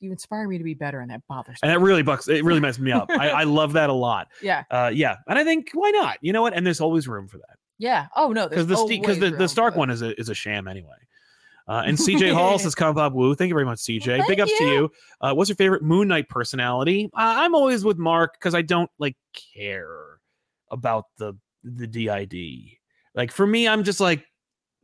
you inspire me to be better, and that bothers me. and that really bucks it *laughs* really messed me up I, I love that a lot yeah. uh yeah and i think why not you know what and there's always room for that Yeah. Oh no. because the because the, the stark one is a is a sham anyway uh, and *laughs* CJ Hall says, "Come Bob Woo, thank you very much, CJ. Well, Big thank ups to you. you. Uh, what's your favorite Moon Knight personality? Uh, I'm always with Mark because I don't like care about the the DID. Like for me, I'm just like,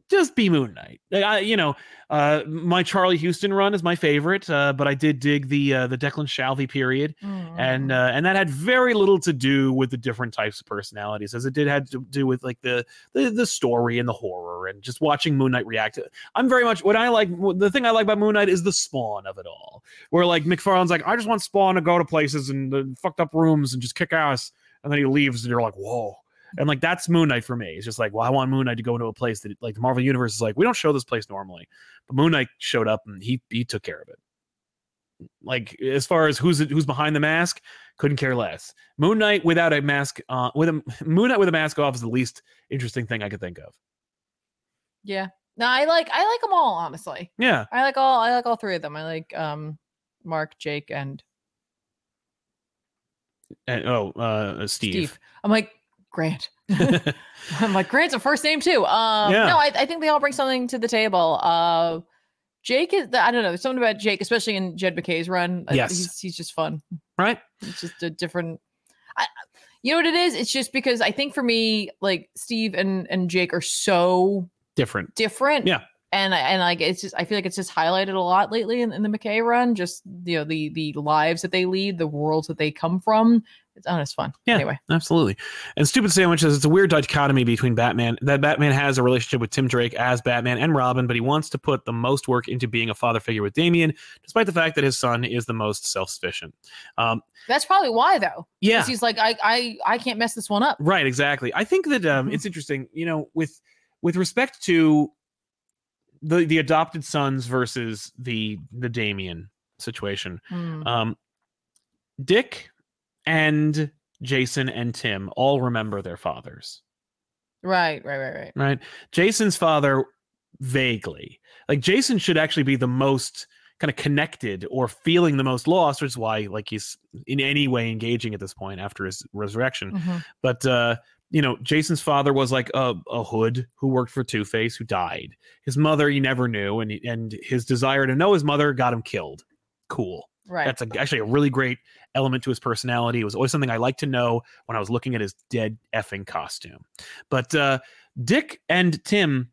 just be Moon Knight. Like, I, you know, uh, my Charlie Houston run is my favorite, uh, but I did dig the uh, the Declan Shalvey period Mm-hmm. and uh, and that had very little to do with the different types of personalities as it did had to do with like the the, the story and the horror and just watching moon knight react i'm very much what i like the thing i like about moon knight is the spawn of it all where like mcfarlane's like i just want spawn to go to places and the fucked up rooms and just kick ass and then he leaves and you're like whoa and like that's Moon Knight for me. It's just like, well, I want Moon Knight to go into a place that like the Marvel universe is like, we don't show this place normally. But Moon Knight showed up and he he took care of it. Like as far as who's who's behind the mask, couldn't care less. Moon Knight without a mask on with a Moon Knight with a mask off is the least interesting thing I could think of. yeah. No, I like I like them all. Honestly, Yeah. I like all I like all three of them. I like um Mark, Jake, and And oh, uh Steve. Steve. I'm like *laughs* Grant. *laughs* I'm like Grant's a first name too. Um, Yeah. No, I, I think they all bring something to the table. Uh, Jake is I don't know. There's something about Jake, especially in Jed McKay's run. I- Yes. he's, he's just fun. right? It's just a different. I, you know what it is? It's just because I think for me, like Steve and and Jake are so Different. different. Yeah. And I and like it's just I feel like it's just highlighted a lot lately in, in the McKay run. Just you know the the lives that they lead, the worlds that they come from. It's, oh, it's fun. Yeah. Anyway. Absolutely. And Stupid Sandwich says it's a weird dichotomy between Batman that Batman has a relationship with Tim Drake as Batman and Robin, but he wants to put the most work into being a father figure with Damien, despite the fact that his son is the most self sufficient. Um, That's probably why though. yeah. 'Cause he's like, I, I, I can't mess this one up. Right, exactly. I think that um, Mhm. it's interesting, you know, with with respect to the the adopted sons versus the the Damien situation. Mm-hmm. Um, Dick and Jason and Tim all remember their fathers, Right, right, right, right. right? Jason's father vaguely. Like Jason should actually be the most kind of connected or feeling the most lost, which is why like he's in any way engaging at this point after his resurrection Mm-hmm. but uh you know jason's father was like a, a hood who worked for two-face who died his mother he never knew and and his desire to know his mother got him killed cool Right. that's a, actually a really great element to his personality it was always something i liked to know when i was looking at his dead effing costume but uh dick and tim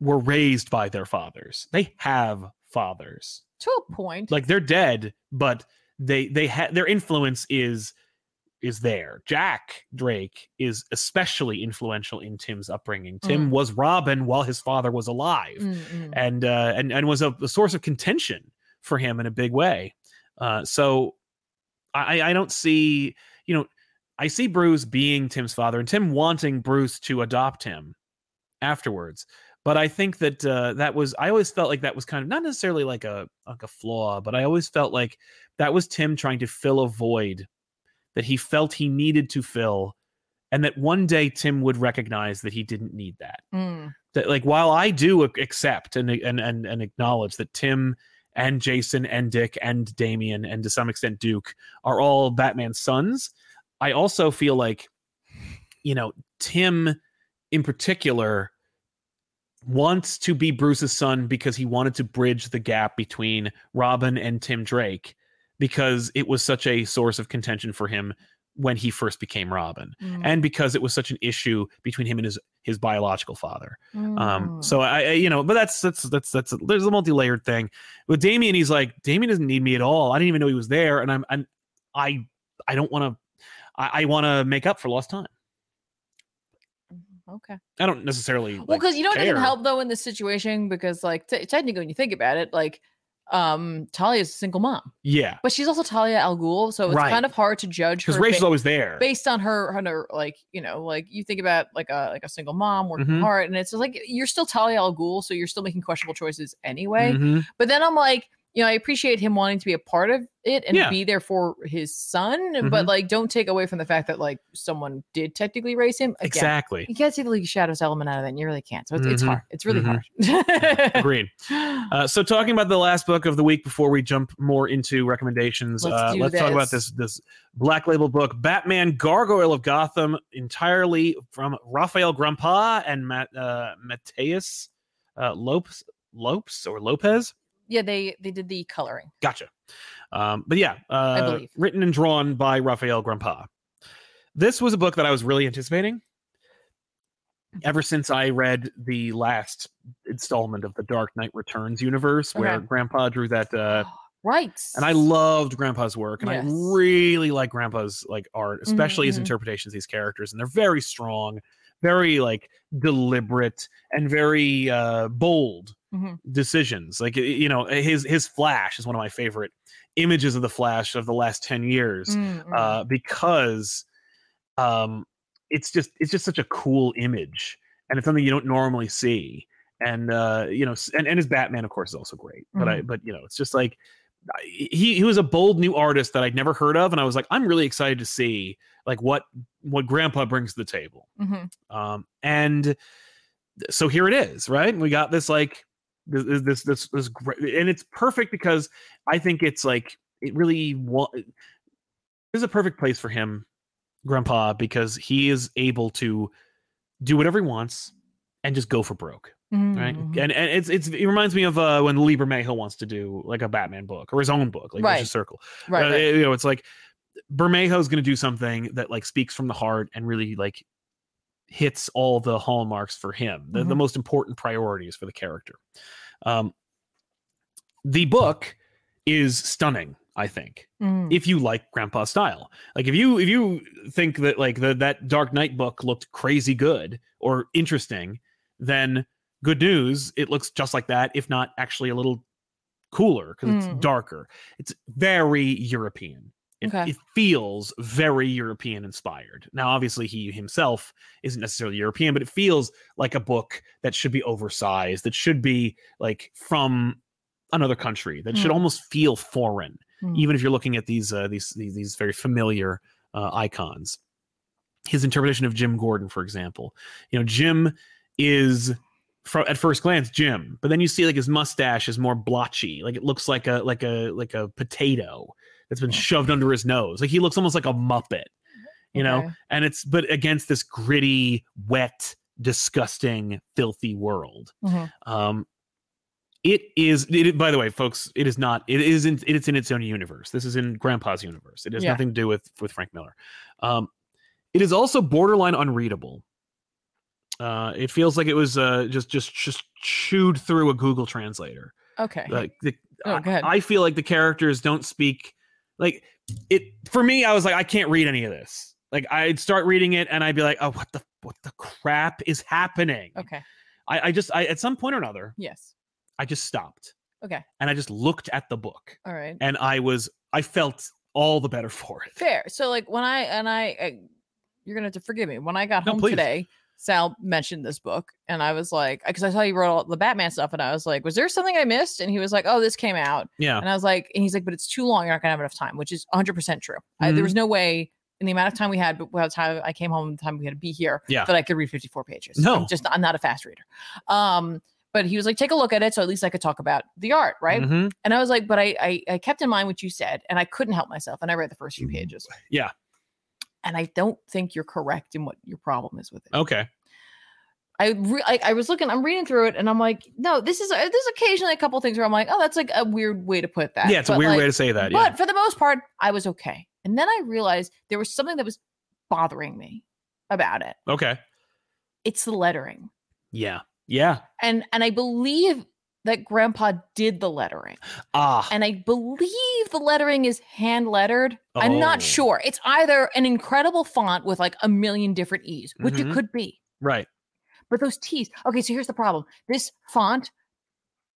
were raised by their fathers they have fathers to a point. like they're dead but they they had their influence is is there. Jack Drake is especially influential in Tim's upbringing. Tim Mm. was Robin while his father was alive, Mm-mm. and uh, and and was a, a source of contention for him in a big way. Uh, so I I don't see you know I see Bruce being Tim's father and Tim wanting Bruce to adopt him afterwards. But I think that uh, that was I always felt like that was kind of not necessarily like a like a flaw, but I always felt like that was Tim trying to fill a void that he felt he needed to fill, and that one day Tim would recognize that he didn't need that Mm. that like while I do ac- accept and and and, and acknowledge that Tim and Jason and Dick and Damien and to some extent Duke are all Batman's sons, I also feel like you know Tim in particular wants to be Bruce's son because he wanted to bridge the gap between Robin and Tim Drake because it was such a source of contention for him when he first became Robin Mm. and because it was such an issue between him and his his biological father. Um, Mm. so I, I, you know, but that's that's that's that's there's a multi-layered thing with Damien. He's like, Damien doesn't need me at all. I didn't even know he was there, and I'm, I'm I, I don't want to. I, I want to make up for lost time. okay. I don't necessarily. well, like, because you know it doesn't care. help though in this situation because like t- technically when you think about it, like um Talia is a single mom, Yeah, but she's also Talia Al Ghul, so it's Right. kind of hard to judge because her ba- Rachel's always there. based on her, her her, like you know like you think about like a like a single mom working Mhm. hard, and it's just like you're still Talia Al Ghul, so you're still making questionable choices anyway. Mhm. But then I'm like, you know, I appreciate him wanting to be a part of it and Yeah. Mm-hmm. be there for his son, but like, don't take away from the fact that like someone did technically raise him. Again, Exactly. *laughs* You can't see the League of Shadows element out of that. And you really can't. So it's, it's Mhm. hard. It's really Mhm. hard. *laughs* Agreed. Uh, so talking about the last book of the week before we jump more into recommendations, Let's uh, do let's talk about this this. this black label book, Batman Gargoyle of Gotham, entirely from Raphael Grampa and Matt uh, Mateus uh, Lopes Lopes or Lopez. yeah, they they did the coloring. Gotcha. Um, but yeah, uh, believe. written and drawn by Raphael Grampa. This was a book that I was really anticipating. Ever since I read the last installment of the Dark Knight Returns universe, where Okay. Grandpa drew that uh, right. and I loved Grandpa's work, and Yes. I really like Grandpa's like art, especially his mhm. interpretations of these characters, and they're very strong, very like deliberate, and very uh, bold Mhm. decisions. Like y- you know, his his Flash is one of my favorite images of the Flash of the last ten years Mm, mm. uh, because um, it's just it's just such a cool image, and it's something you don't normally see. And uh, you know, s- and, and his Batman, of course, is also great. But I, but you know, it's just like I- he he was a bold new artist that I'd never heard of, and I was like, I'm really excited to see like what what Grandpa brings to the table. Mhm. Um, and th- so here it is, right? We got this like this this this this, this great, and it's perfect because I think it's like it really wa- this is a perfect place for him, Grandpa, because he is able to do whatever he wants and just go for broke, right? Mhm. And and it's it's it reminds me of uh, when Lieber Mayhill wants to do like a Batman book or his own book, like Right. Vicious Circle. right, Uh, right. You know, it's like Bermejo's going to do something that like speaks from the heart and really like hits all the hallmarks for him, the, the Mhm. most important priorities for the character. Um, the book is stunning, I think, Mm. if you like Grandpa style. Like if you if you think that like the, that Dark Knight book looked crazy good or interesting, then good news, it looks just like that, if not actually a little cooler because Mm. it's darker. It's very European. It, Okay. it feels very European inspired. Now, obviously, he himself isn't necessarily European, but it feels like a book that should be oversized, that should be like from another country, that should Mm. almost feel foreign, Mm. even if you're looking at these uh, these, these these very familiar uh, icons. His interpretation of Jim Gordon, for example, you know, Jim is from at first glance Jim, but then you see like his mustache is more blotchy, like it looks like a like a like a potato that's been shoved under his nose. Like he looks almost like a muppet, you know Okay. and it's but against this gritty, wet, disgusting, filthy world. Mhm. Um, it is. It, by the way, folks, it is not. It isn't. It's in its own universe. This is in Grandpa's universe. It has Yeah. nothing to do with with Frank Miller. Um, it is also borderline unreadable. Uh, it feels like it was uh, just just just chewed through a Google translator. Okay. Like the, Oh, go ahead. I feel like the characters don't speak Like it for me, I was like, I can't read any of this. Like I'd start reading it and I'd be like, oh, what the what the crap is happening? Okay. I, I just I at some point or another, Yes. I just stopped. Okay. And I just looked at the book All right. and I was I felt all the better *laughs* for it. Fair. So like when I and I, I you're gonna have to forgive me. When I got No, home please. today, Sal mentioned this book, and I was like, because I saw you wrote all the Batman stuff, and I was like, was there something I missed? And he was like, oh, this came out, Yeah. and I was like, and he's like, but it's too long. You're not gonna have enough time, which is 100 percent true. I, Mhm. there was no way in the amount of time we had, but by the time I came home, the time we had to be here, Yeah. that I could read 54 pages. No. I'm just I'm not a fast reader. Um, but he was like, take a look at it, so at least I could talk about the art, right? Mhm. And I was like, but I, I I kept in mind what you said, and I couldn't help myself, and I read the first few Mm, pages. yeah. And I don't think you're correct in what your problem is with it. Okay. I, re- I I was looking, I'm reading through it, and I'm like, no, this is uh, there's occasionally a couple things where I'm like, oh, that's like a weird way to put that. Yeah, it's a But, weird like, way to say that. But yeah. for the most part, I was okay. And then I realized there was something that was bothering me about it. Okay. It's the lettering, Yeah. Yeah. and and I believe that Grandpa did the lettering. Ah. and I believe the lettering is hand lettered. I'm Oh. not sure. It's either an incredible font with like a million different E's, which Mhm. it could be, right. but those T's. Okay, so here's the problem. This font,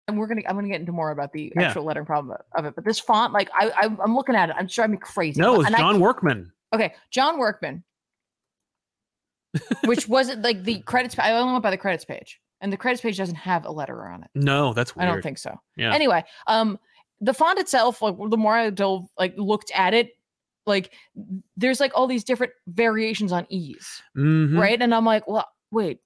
and we're gonna I'm gonna get into more about the Yeah. actual lettering problem of it, but this font, like I, I I'm looking at it, I'm driving me crazy. No, it's And I- John Workman. okay, John Workman, which wasn't like *laughs* the credits. I only went by the credits page, and the credits page doesn't have a letterer on it. No, that's weird. I don't think so. Yeah. Anyway, um, the font itself, like the more I dove, like looked at it, like there's like all these different variations on E's, Mhm. right? And I'm like, well, wait,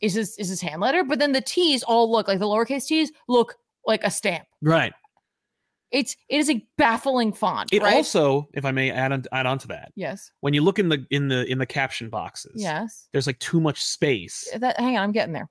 is this is this hand letter? But then the T's all look like the lowercase T's look like a stamp. Right. It's it is a baffling font, It right? also, if I may add on, add on to that, yes, when you look in the in the in the caption boxes, yes. there's like too much space. That hang on, I'm getting there.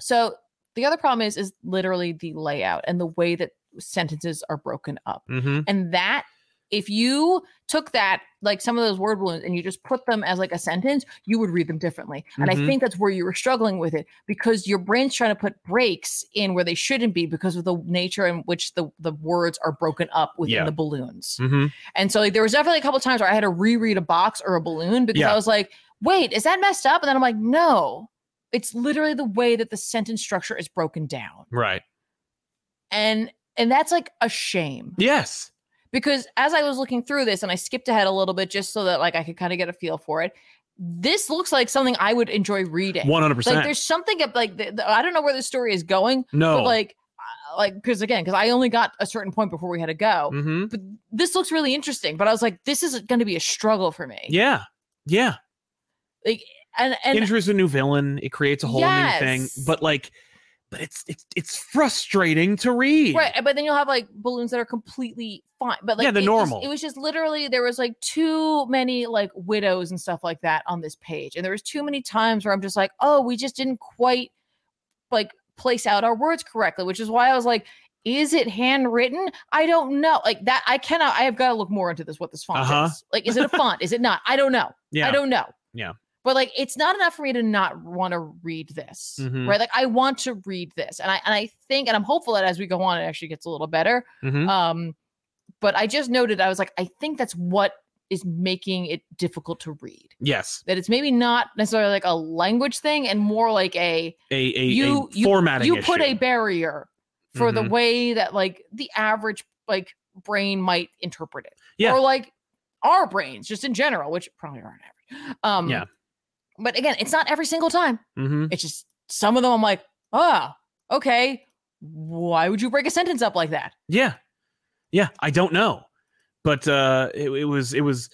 So the other problem is is literally the layout and the way that sentences are broken up. Mm-hmm. And that, if you took that, like some of those word balloons, and you just put them as like a sentence, you would read them differently. And Mhm. I think that's where you were struggling with it because your brain's trying to put breaks in where they shouldn't be because of the nature in which the, the words are broken up within Yeah. the balloons. Mm-hmm. And so like, there was definitely a couple times where I had to reread a box or a balloon because Yeah. I was like, wait, is that messed up? And then I'm like, no. It's literally the way that the sentence structure is broken down. Right. And and that's like a shame Yes. because as I was looking through this and I skipped ahead a little bit just so that like I could kind of get a feel for it. This looks like something I would enjoy reading. One hundred Like percent. Oh. there's something ab- like the, the- I don't know where the story is going, No. but like uh, like because again because I only got a certain point before we had to go. mm-hmm. But this looks really interesting. But I was like, this is going to be a struggle for me. Yeah. Yeah. And It and Introduces a new villain. It creates a whole new thing. Yes. But like, but it's it's it's frustrating to read. right, but then you'll have like balloons that are completely fine. But like Yeah, they're it just- normal. it was just literally there was like too many like widows and stuff like that on this page, and there was too many times where I'm just like, oh, we just didn't quite like place out our words correctly, which is why I was like, is it handwritten? I don't know. Like that, I cannot. I have got to look more into this. What this font Uh-huh. is? Like, is it a font? is it not? I don't know. Yeah. I don't know. Yeah. But like it's not enough for me to not want to read this. Mhm. Right? Like I want to read this. And I and I think and I'm hopeful that as we go on it actually gets a little better. Mhm. Um but I just noted I was like I think that's what is making it difficult to read. Yes. That it's maybe not necessarily like a language thing and more like a A a, You- a you- formatting. you put a issue. barrier for Mhm. the way that like the average like brain might interpret it. Yeah. Or like our brains just in general, which probably aren't average. Um Yeah. But again, it's not every single time. Mhm. It's just some of them I'm like, oh, okay. Why would you break a sentence up like that? Yeah. Yeah. I don't know. But uh it, it was it was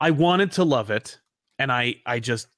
I wanted to love it and I I just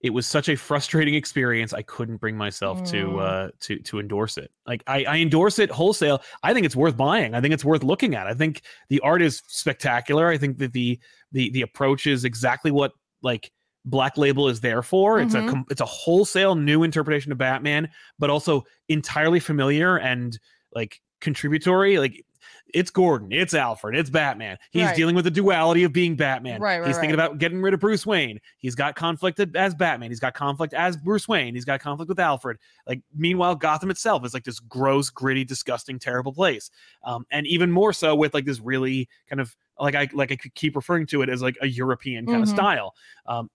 it was such a frustrating experience I couldn't bring myself to Mm. uh to to endorse it. Like I, I endorse it wholesale. I think it's worth buying. I think it's worth looking at. I think the art is spectacular. I think that the the the approach is exactly what like Black Label is there for. It's a Mhm. com- it's a wholesale new interpretation of Batman, but also entirely familiar and like contributory. Like it's Gordon, it's Alfred, it's Batman. He's Right. dealing with the duality of being Batman. Right, right, He's thinking right. about getting rid of Bruce Wayne. He's got conflict as Batman. He's got conflict as Bruce Wayne. He's got conflict with Alfred. Like meanwhile, Gotham itself is like this gross, gritty, disgusting, terrible place. Um, and even more so with like this really kind of like I like I could keep referring to it as like a European kind Mhm. of style. Um,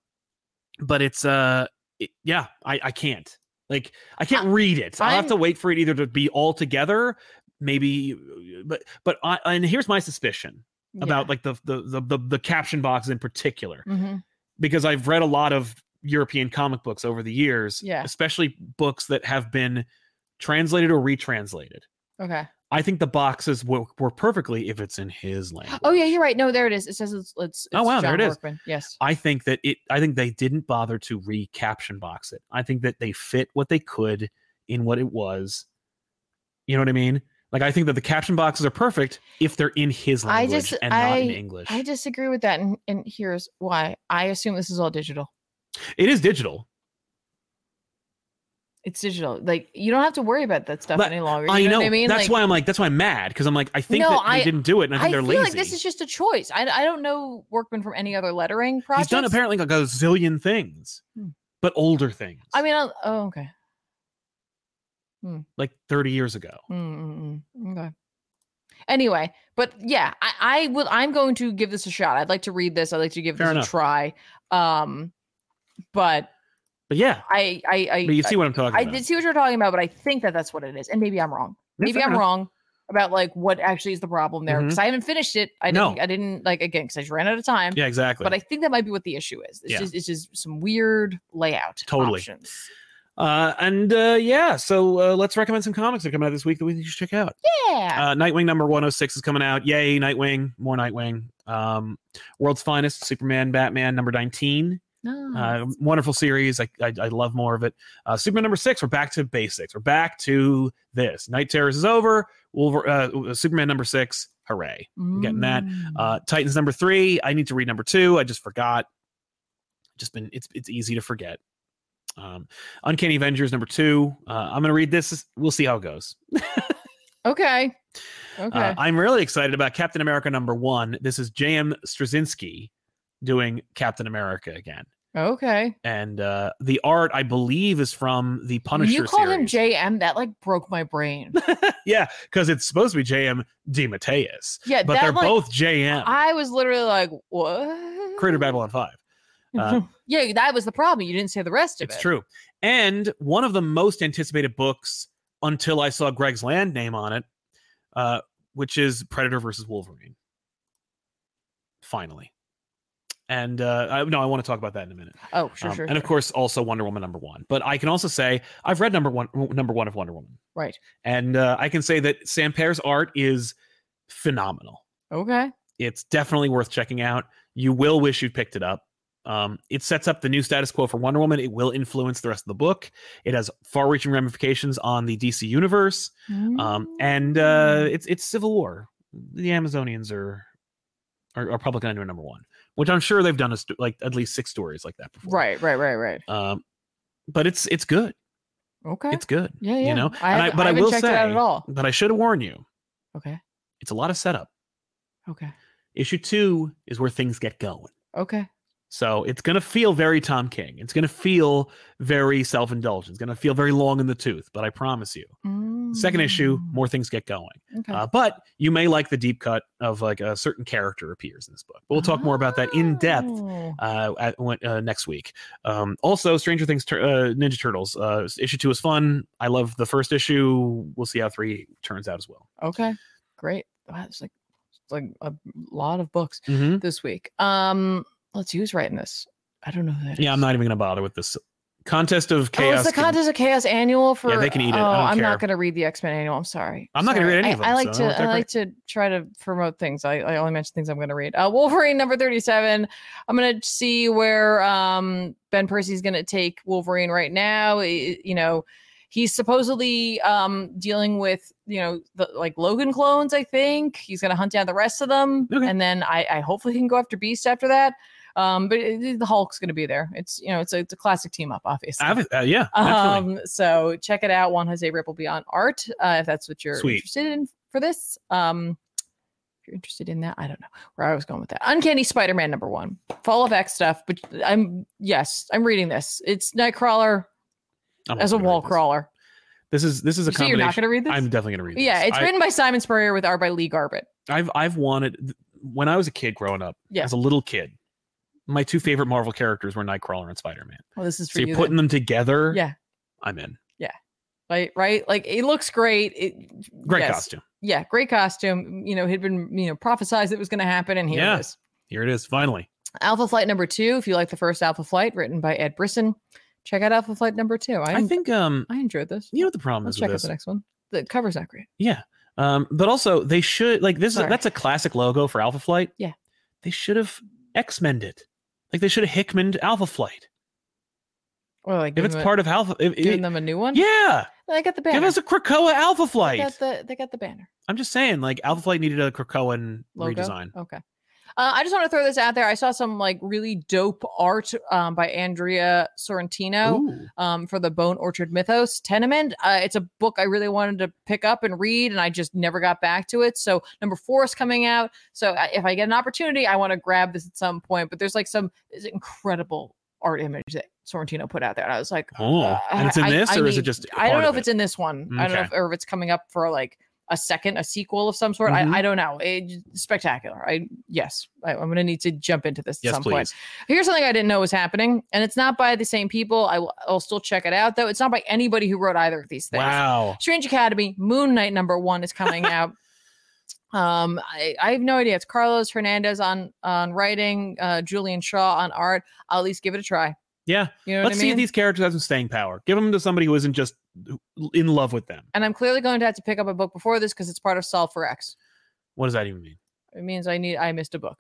but it's uh, it- yeah, I I can't like I can't read it. I will have I'm- to wait for it either to be all together, maybe. uh, But but I, and here's my suspicion about like the, the the the the caption box in particular hmm because I've read a lot of European comic books over the years, Yeah. especially books that have been translated or retranslated. Okay. I think the boxes work, work perfectly if it's in his language. Oh yeah, you're right. No, there it is. It says it's. it's, Oh, it's wow, there John it is. Workman. Yes. I think that it I think they didn't bother to recaption box it. I think that they fit what they could in what it was. You know what I mean? Like I think that the caption boxes are perfect if they're in his I language just- and not in I- English. I disagree with that, and, and here's why. I assume this is all digital. it is digital. It's digital. Like you don't have to worry about that stuff But any longer. You I know. What I mean, That's like, why I'm like that's why I'm mad because I'm like I think No, that they I- didn't do it and I think I they're feel lazy. like this is just a choice. I, I don't know Workman from any other lettering He's projects. done apparently like a zillion things, Hmm. but older things. I mean, I'll, oh okay. like 30 years ago. Mm, mm, mm. Okay. Anyway, but yeah, I, I will. I'm going to give this a shot. I'd like to read this. I'd like to give Fair this enough. a try. Um, but But yeah, I, I, I, but you I- see what I'm talking I about. did see what you're talking about, but I think that that's what it is. And maybe I'm wrong. Yeah, Maybe fair I'm enough. Mm-hmm. wrong about like what actually is the problem there because I haven't finished it. I No. didn't. I didn't like again because I just ran out of time. Yeah, exactly. But I think that might be what the issue is. It's Yeah. just it's just some weird layout. Totally. Options. Uh, and uh, yeah, so uh, let's recommend some comics that come out this week that we think you should check out. Yeah. Uh, Nightwing number 106 is coming out. Yay, Nightwing. More Nightwing. Um, World's Finest, Superman, Batman, number 19. Nice. Uh, wonderful series. I, I, I love more of it. Uh, Superman number 6, we're back to basics. We're back to this. Night Terrors is over. Wolver- uh, Superman number 6, hooray. getting that. Mm. Uh, Titans number 3, I need to read number 2. I just forgot. Just been, it's, it's easy to forget. Um, Uncanny Avengers number two. Uh, I'm gonna read this. We'll see how it goes. okay. Okay. Uh, I'm really excited about Captain America number one. This is J.M. Straczynski doing Captain America again, okay. and uh, the art I believe is from the When Punisher. you called series. him JM, that like broke *laughs* my brain. yeah, because it's supposed to be J.M. DeMatteis, Yeah, but that they're like, both J.M. I was literally like, what? Creator Babylon Five. uh, *laughs* yeah, that was the problem. You didn't say the rest of It's it. true, and one of the most anticipated books until I saw Greg's land name on it, uh, which is Predator versus Wolverine. Finally. And uh, I, no, I want to talk about that in a minute. Oh, sure, Um, sure. and of sure. course also wonder woman number one but i can also say i've read number one number one of wonder woman Right. and uh, i can say that sam Pear's art is phenomenal Okay. it's definitely worth checking out you will wish you picked it up um, it sets up the new status quo for wonder woman it will influence the rest of the book it has far-reaching ramifications on the dc universe Mm. um, and uh, it's it's civil war the amazonians are are, are public enemy number one which i'm sure they've done a sto- like at least six stories like that before right, right, right, right. um but it's it's good Okay. it's good yeah, yeah. you know I And I- haven't- but i, haven't will checked say it out at all. but i should warn you Okay. it's a lot of setup Okay. issue two is where things get going Okay. so it's going to feel very tom king it's going to feel very self-indulgent it's going to feel very long in the tooth but i promise you second issue Mm, more things get going Okay. uh, but you may like the deep cut of like a certain character appears in this book but we'll talk more about that in depth Oh, uh, at, when- uh next week. Um, also, Stranger Things, tur- uh, Ninja Turtles uh, issue two is fun. I love the first issue. We'll see how three turns out as well. Okay. Great. Wow, It's like it's like a lot of books Mm-hmm. this week. Um, let's see who's writing this. I don't know who that Yeah, I'm is. not even gonna bother with this contest of Oh, chaos. it's the can- Contest of Chaos annual for. they can eat it. I Oh, don't I'm care. not going to read the X Men annual. I'm sorry. I'm not gonna Sorry. read any I- of I them, like so I don't to. I know what like to try to promote things. I, I only mention things I'm going to read. Uh, Wolverine number thirty-seven. I'm going to see where um, Ben Percy's going to take Wolverine right now. I- you know, he's supposedly um, dealing with you know the like Logan clones. I think he's going to hunt down the rest of them, Okay. and then I, I hopefully can go after Beast after that. Um, but it, the Hulk's going to be there. It's you know it's a, it's a classic team up, obviously. I've- uh, Uh-huh. yeah, definitely. Um, so check it out. Juan Jose Rip will be on art uh, if that's what you're Sweet. interested in. for this. Um, if you're interested in that, I don't know where I was going with that. Uncanny Spider-Man number one, Fall of X stuff. But I'm yes, I'm reading this. It's Nightcrawler I'm as a also gonna wall read this. crawler. This is this is a You say you're not combination. going to read this? I'm definitely gonna read. yeah, this. it's I, written by Simon Spurrier with art by Lee Garbett. I've I've wanted when I was a kid growing up, Yeah. as a little kid, my two favorite Marvel characters were Nightcrawler and Spider Man. Well, this is for So you're you. putting then. them together. yeah, I'm in. right, right. Like it looks great. It, Great yes. costume. Yeah, great costume. You know, it had been you know prophesized it was going to happen, and here Yeah. it is. Here it is. Finally, Alpha Flight number two. If you like the first Alpha Flight, written by Ed Brisson, check out Alpha Flight number two. I, I, think um I enjoyed this. you know what the problem Let's is check with out this. the next one. The cover's not great. Yeah. Um, but also they should like this is Sorry. that's a classic logo for Alpha Flight. Yeah. They should have X-Men it. Like they should have Hickmaned Alpha Flight. Or like If it's part of Alpha if, giving it- them a new one. Yeah. they got the banner. Give us a Krakoa Alpha they Flight. got the they got the banner. I'm just saying, like Alpha Flight needed a Krakoan logo? redesign. Okay. Uh, I just want to throw this out there. I saw some like really dope art um, by Andrea Sorrentino Ooh. um, for the Bone Orchard Mythos Tenement. Uh, it's a book I really wanted to pick up and read, and I just never got back to it. So number four is coming out. So I- if I get an opportunity, I want to grab this at some point. But there's like some it's incredible art image that Sorrentino put out there, and I was like, Oh, uh, and it's in I- this, I or is it need- just? a I don't part know of if it's in this one. I don't know Okay. if, or if it's coming up for like a second, a sequel of some sort. Mhm. I, I don't know. It, spectacular. I yes, I, I'm going to need to jump into this at Yes, some please. point. Here's something I didn't know was happening, and it's not by the same people. I will, I'll still check it out though. It's not by anybody who wrote either of these things. Wow. Strange Academy Moon Knight number one is *laughs* coming out. Um, I, I have no idea. It's Carlos Hernandez on on writing, uh, Julian Shaw on art. I'll at least give it a try. Yeah. You know Let's what I see mean? if these characters have some staying power. Give them to somebody who isn't just in love with them. and I'm clearly going to have to pick up a book before this because it's part of Solve for X. What does that even mean? It means I need I missed a book.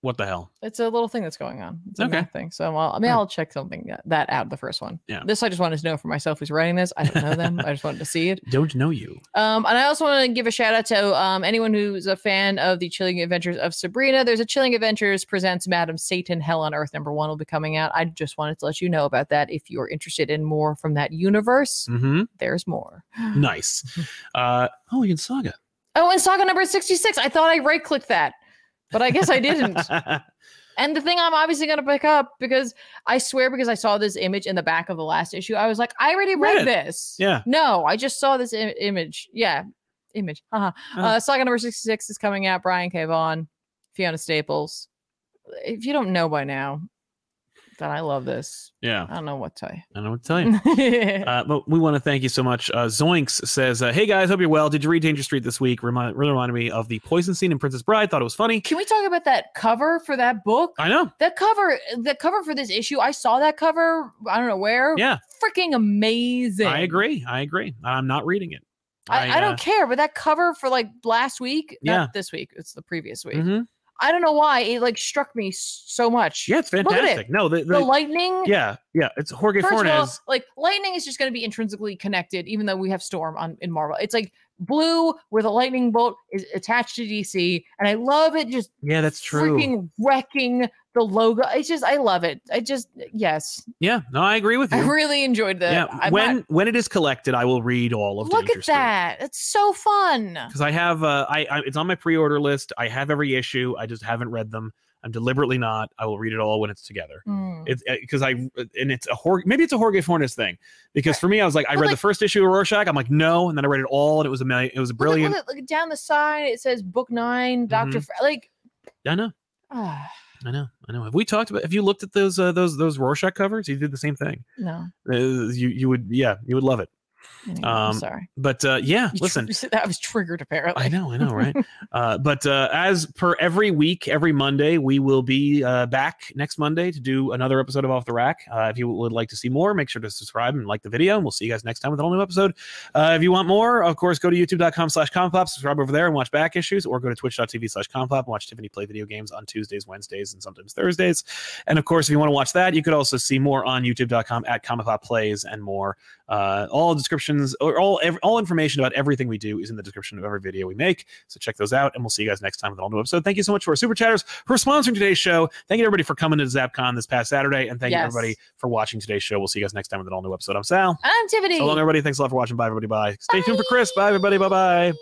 What the hell? It's a little thing that's going on. It's a Okay. math thing. So I'll, I mean, Hmm. I'll check something that- that out. The first one. Yeah. This I just wanted to know for myself who's writing this. I don't *laughs* know them. I just wanted to see it. Don't know you. Um, and I also want to give a shout out to um, anyone who's a fan of the Chilling Adventures of Sabrina. There's a Chilling Adventures presents Madam Satan Hell on Earth number one will be coming out. I just wanted to let you know about that. If you're interested in more from that universe, *sighs* hmm there's more. Nice. Uh, oh, you can Saga. Oh, and Saga number 66. I thought I right clicked that, but I guess *laughs* I *laughs* didn't. And the thing I'm obviously going to pick up because I swear, because I saw this image in the back of the last issue, I was like, I already read Read it. this. yeah. No, I just saw this Im- image. Yeah. Image. Haha. Oh. Uh, saga number 66 is coming out. Brian K. Vaughan, Fiona Staples. If you don't know by now that I love this, Yeah. I don't know what to I don't know what to tell *laughs* you. tell you. *laughs* Uh, but we want to thank you so much. Uh, Zoinks says, uh, "Hey guys, hope you're well. Did you read Danger Street this week? Remind, really reminded me of the poison scene in Princess Bride. Thought it was funny. Can we talk about that cover for that book? I know. That cover, the cover for this issue, I saw that cover. I don't know where. Yeah, Freaking amazing. I agree. I agree. I'm not reading it. I, I, uh, don't care, but that cover for like last week, Yeah. not this week, it's the previous week. mhm. I don't know why it like struck me s- so much. Yeah, it's Look at it. fantastic. No, the, the, the- lightning. yeah, yeah. It's Jorge First of all, Fornes. like lightning is just going to be intrinsically connected, even though we have storm on in Marvel. It's like blue where the lightning bolt is attached to DC, and I love it. Just Yeah, that's true. freaking wrecking the logo. It's just I love it. I just yes, yeah, no, I agree with you. I really enjoyed that. yeah, I'm when not- when it is collected, I will read all of. look Danger at Street. that, it's so fun. because I have uh, I, I it's on my pre-order list. I have every issue. I just haven't read them. I'm deliberately not. I will read it all when it's together. Mm. It's because I and it's a Jorge, maybe it's a Jorge Fornes thing because for me I was like I But, read the like- first issue of Rorschach. I'm like no, and then I read it all and it was a million. It was Look at- brilliant. Mm-hmm. Look, at, look at down the side. It says book 9 Doctor. Like, I know, ah, I know, I know. Have we talked about? Have you looked at those uh, those those Rorschach covers? You did the same thing. no. Uh, you you would yeah you would love it. Anyway, Um, I'm sorry. *laughs* But uh, yeah, You tr- listen, that was triggered apparently. I know, I know, right? uh, but uh, as per every week, every Monday, we will be uh, back next Monday to do another episode of Off the Rack. Uh, if you would like to see more, make sure to subscribe and like the video, and we'll see you guys next time with a whole new episode. Uh, if you want more, of course, go to youtube.com slash complop, subscribe over there and watch back issues, or go to twitch.tv slash complop and watch Tiffany play video games on Tuesdays, Wednesdays, and sometimes Thursdays. And of course, if you want to watch that, you could also see more on youtube.com at complop plays and more uh, all descriptions or all ev- all information about everything we do is in the description of every video we make. So check those out, and we'll see you guys next time with an all new episode. Thank you so much for our super chatters who are sponsoring today's show. Thank you everybody for coming to ZapCon this past Saturday, and thank you Yes. everybody for watching today's show. We'll see you guys next time with an all new episode. I'm Sal. I'm Tiffany. So long, everybody. Thanks a lot for watching. Bye, everybody. Bye. Stay tuned for Bye. Chris. Bye, everybody. Bye, bye.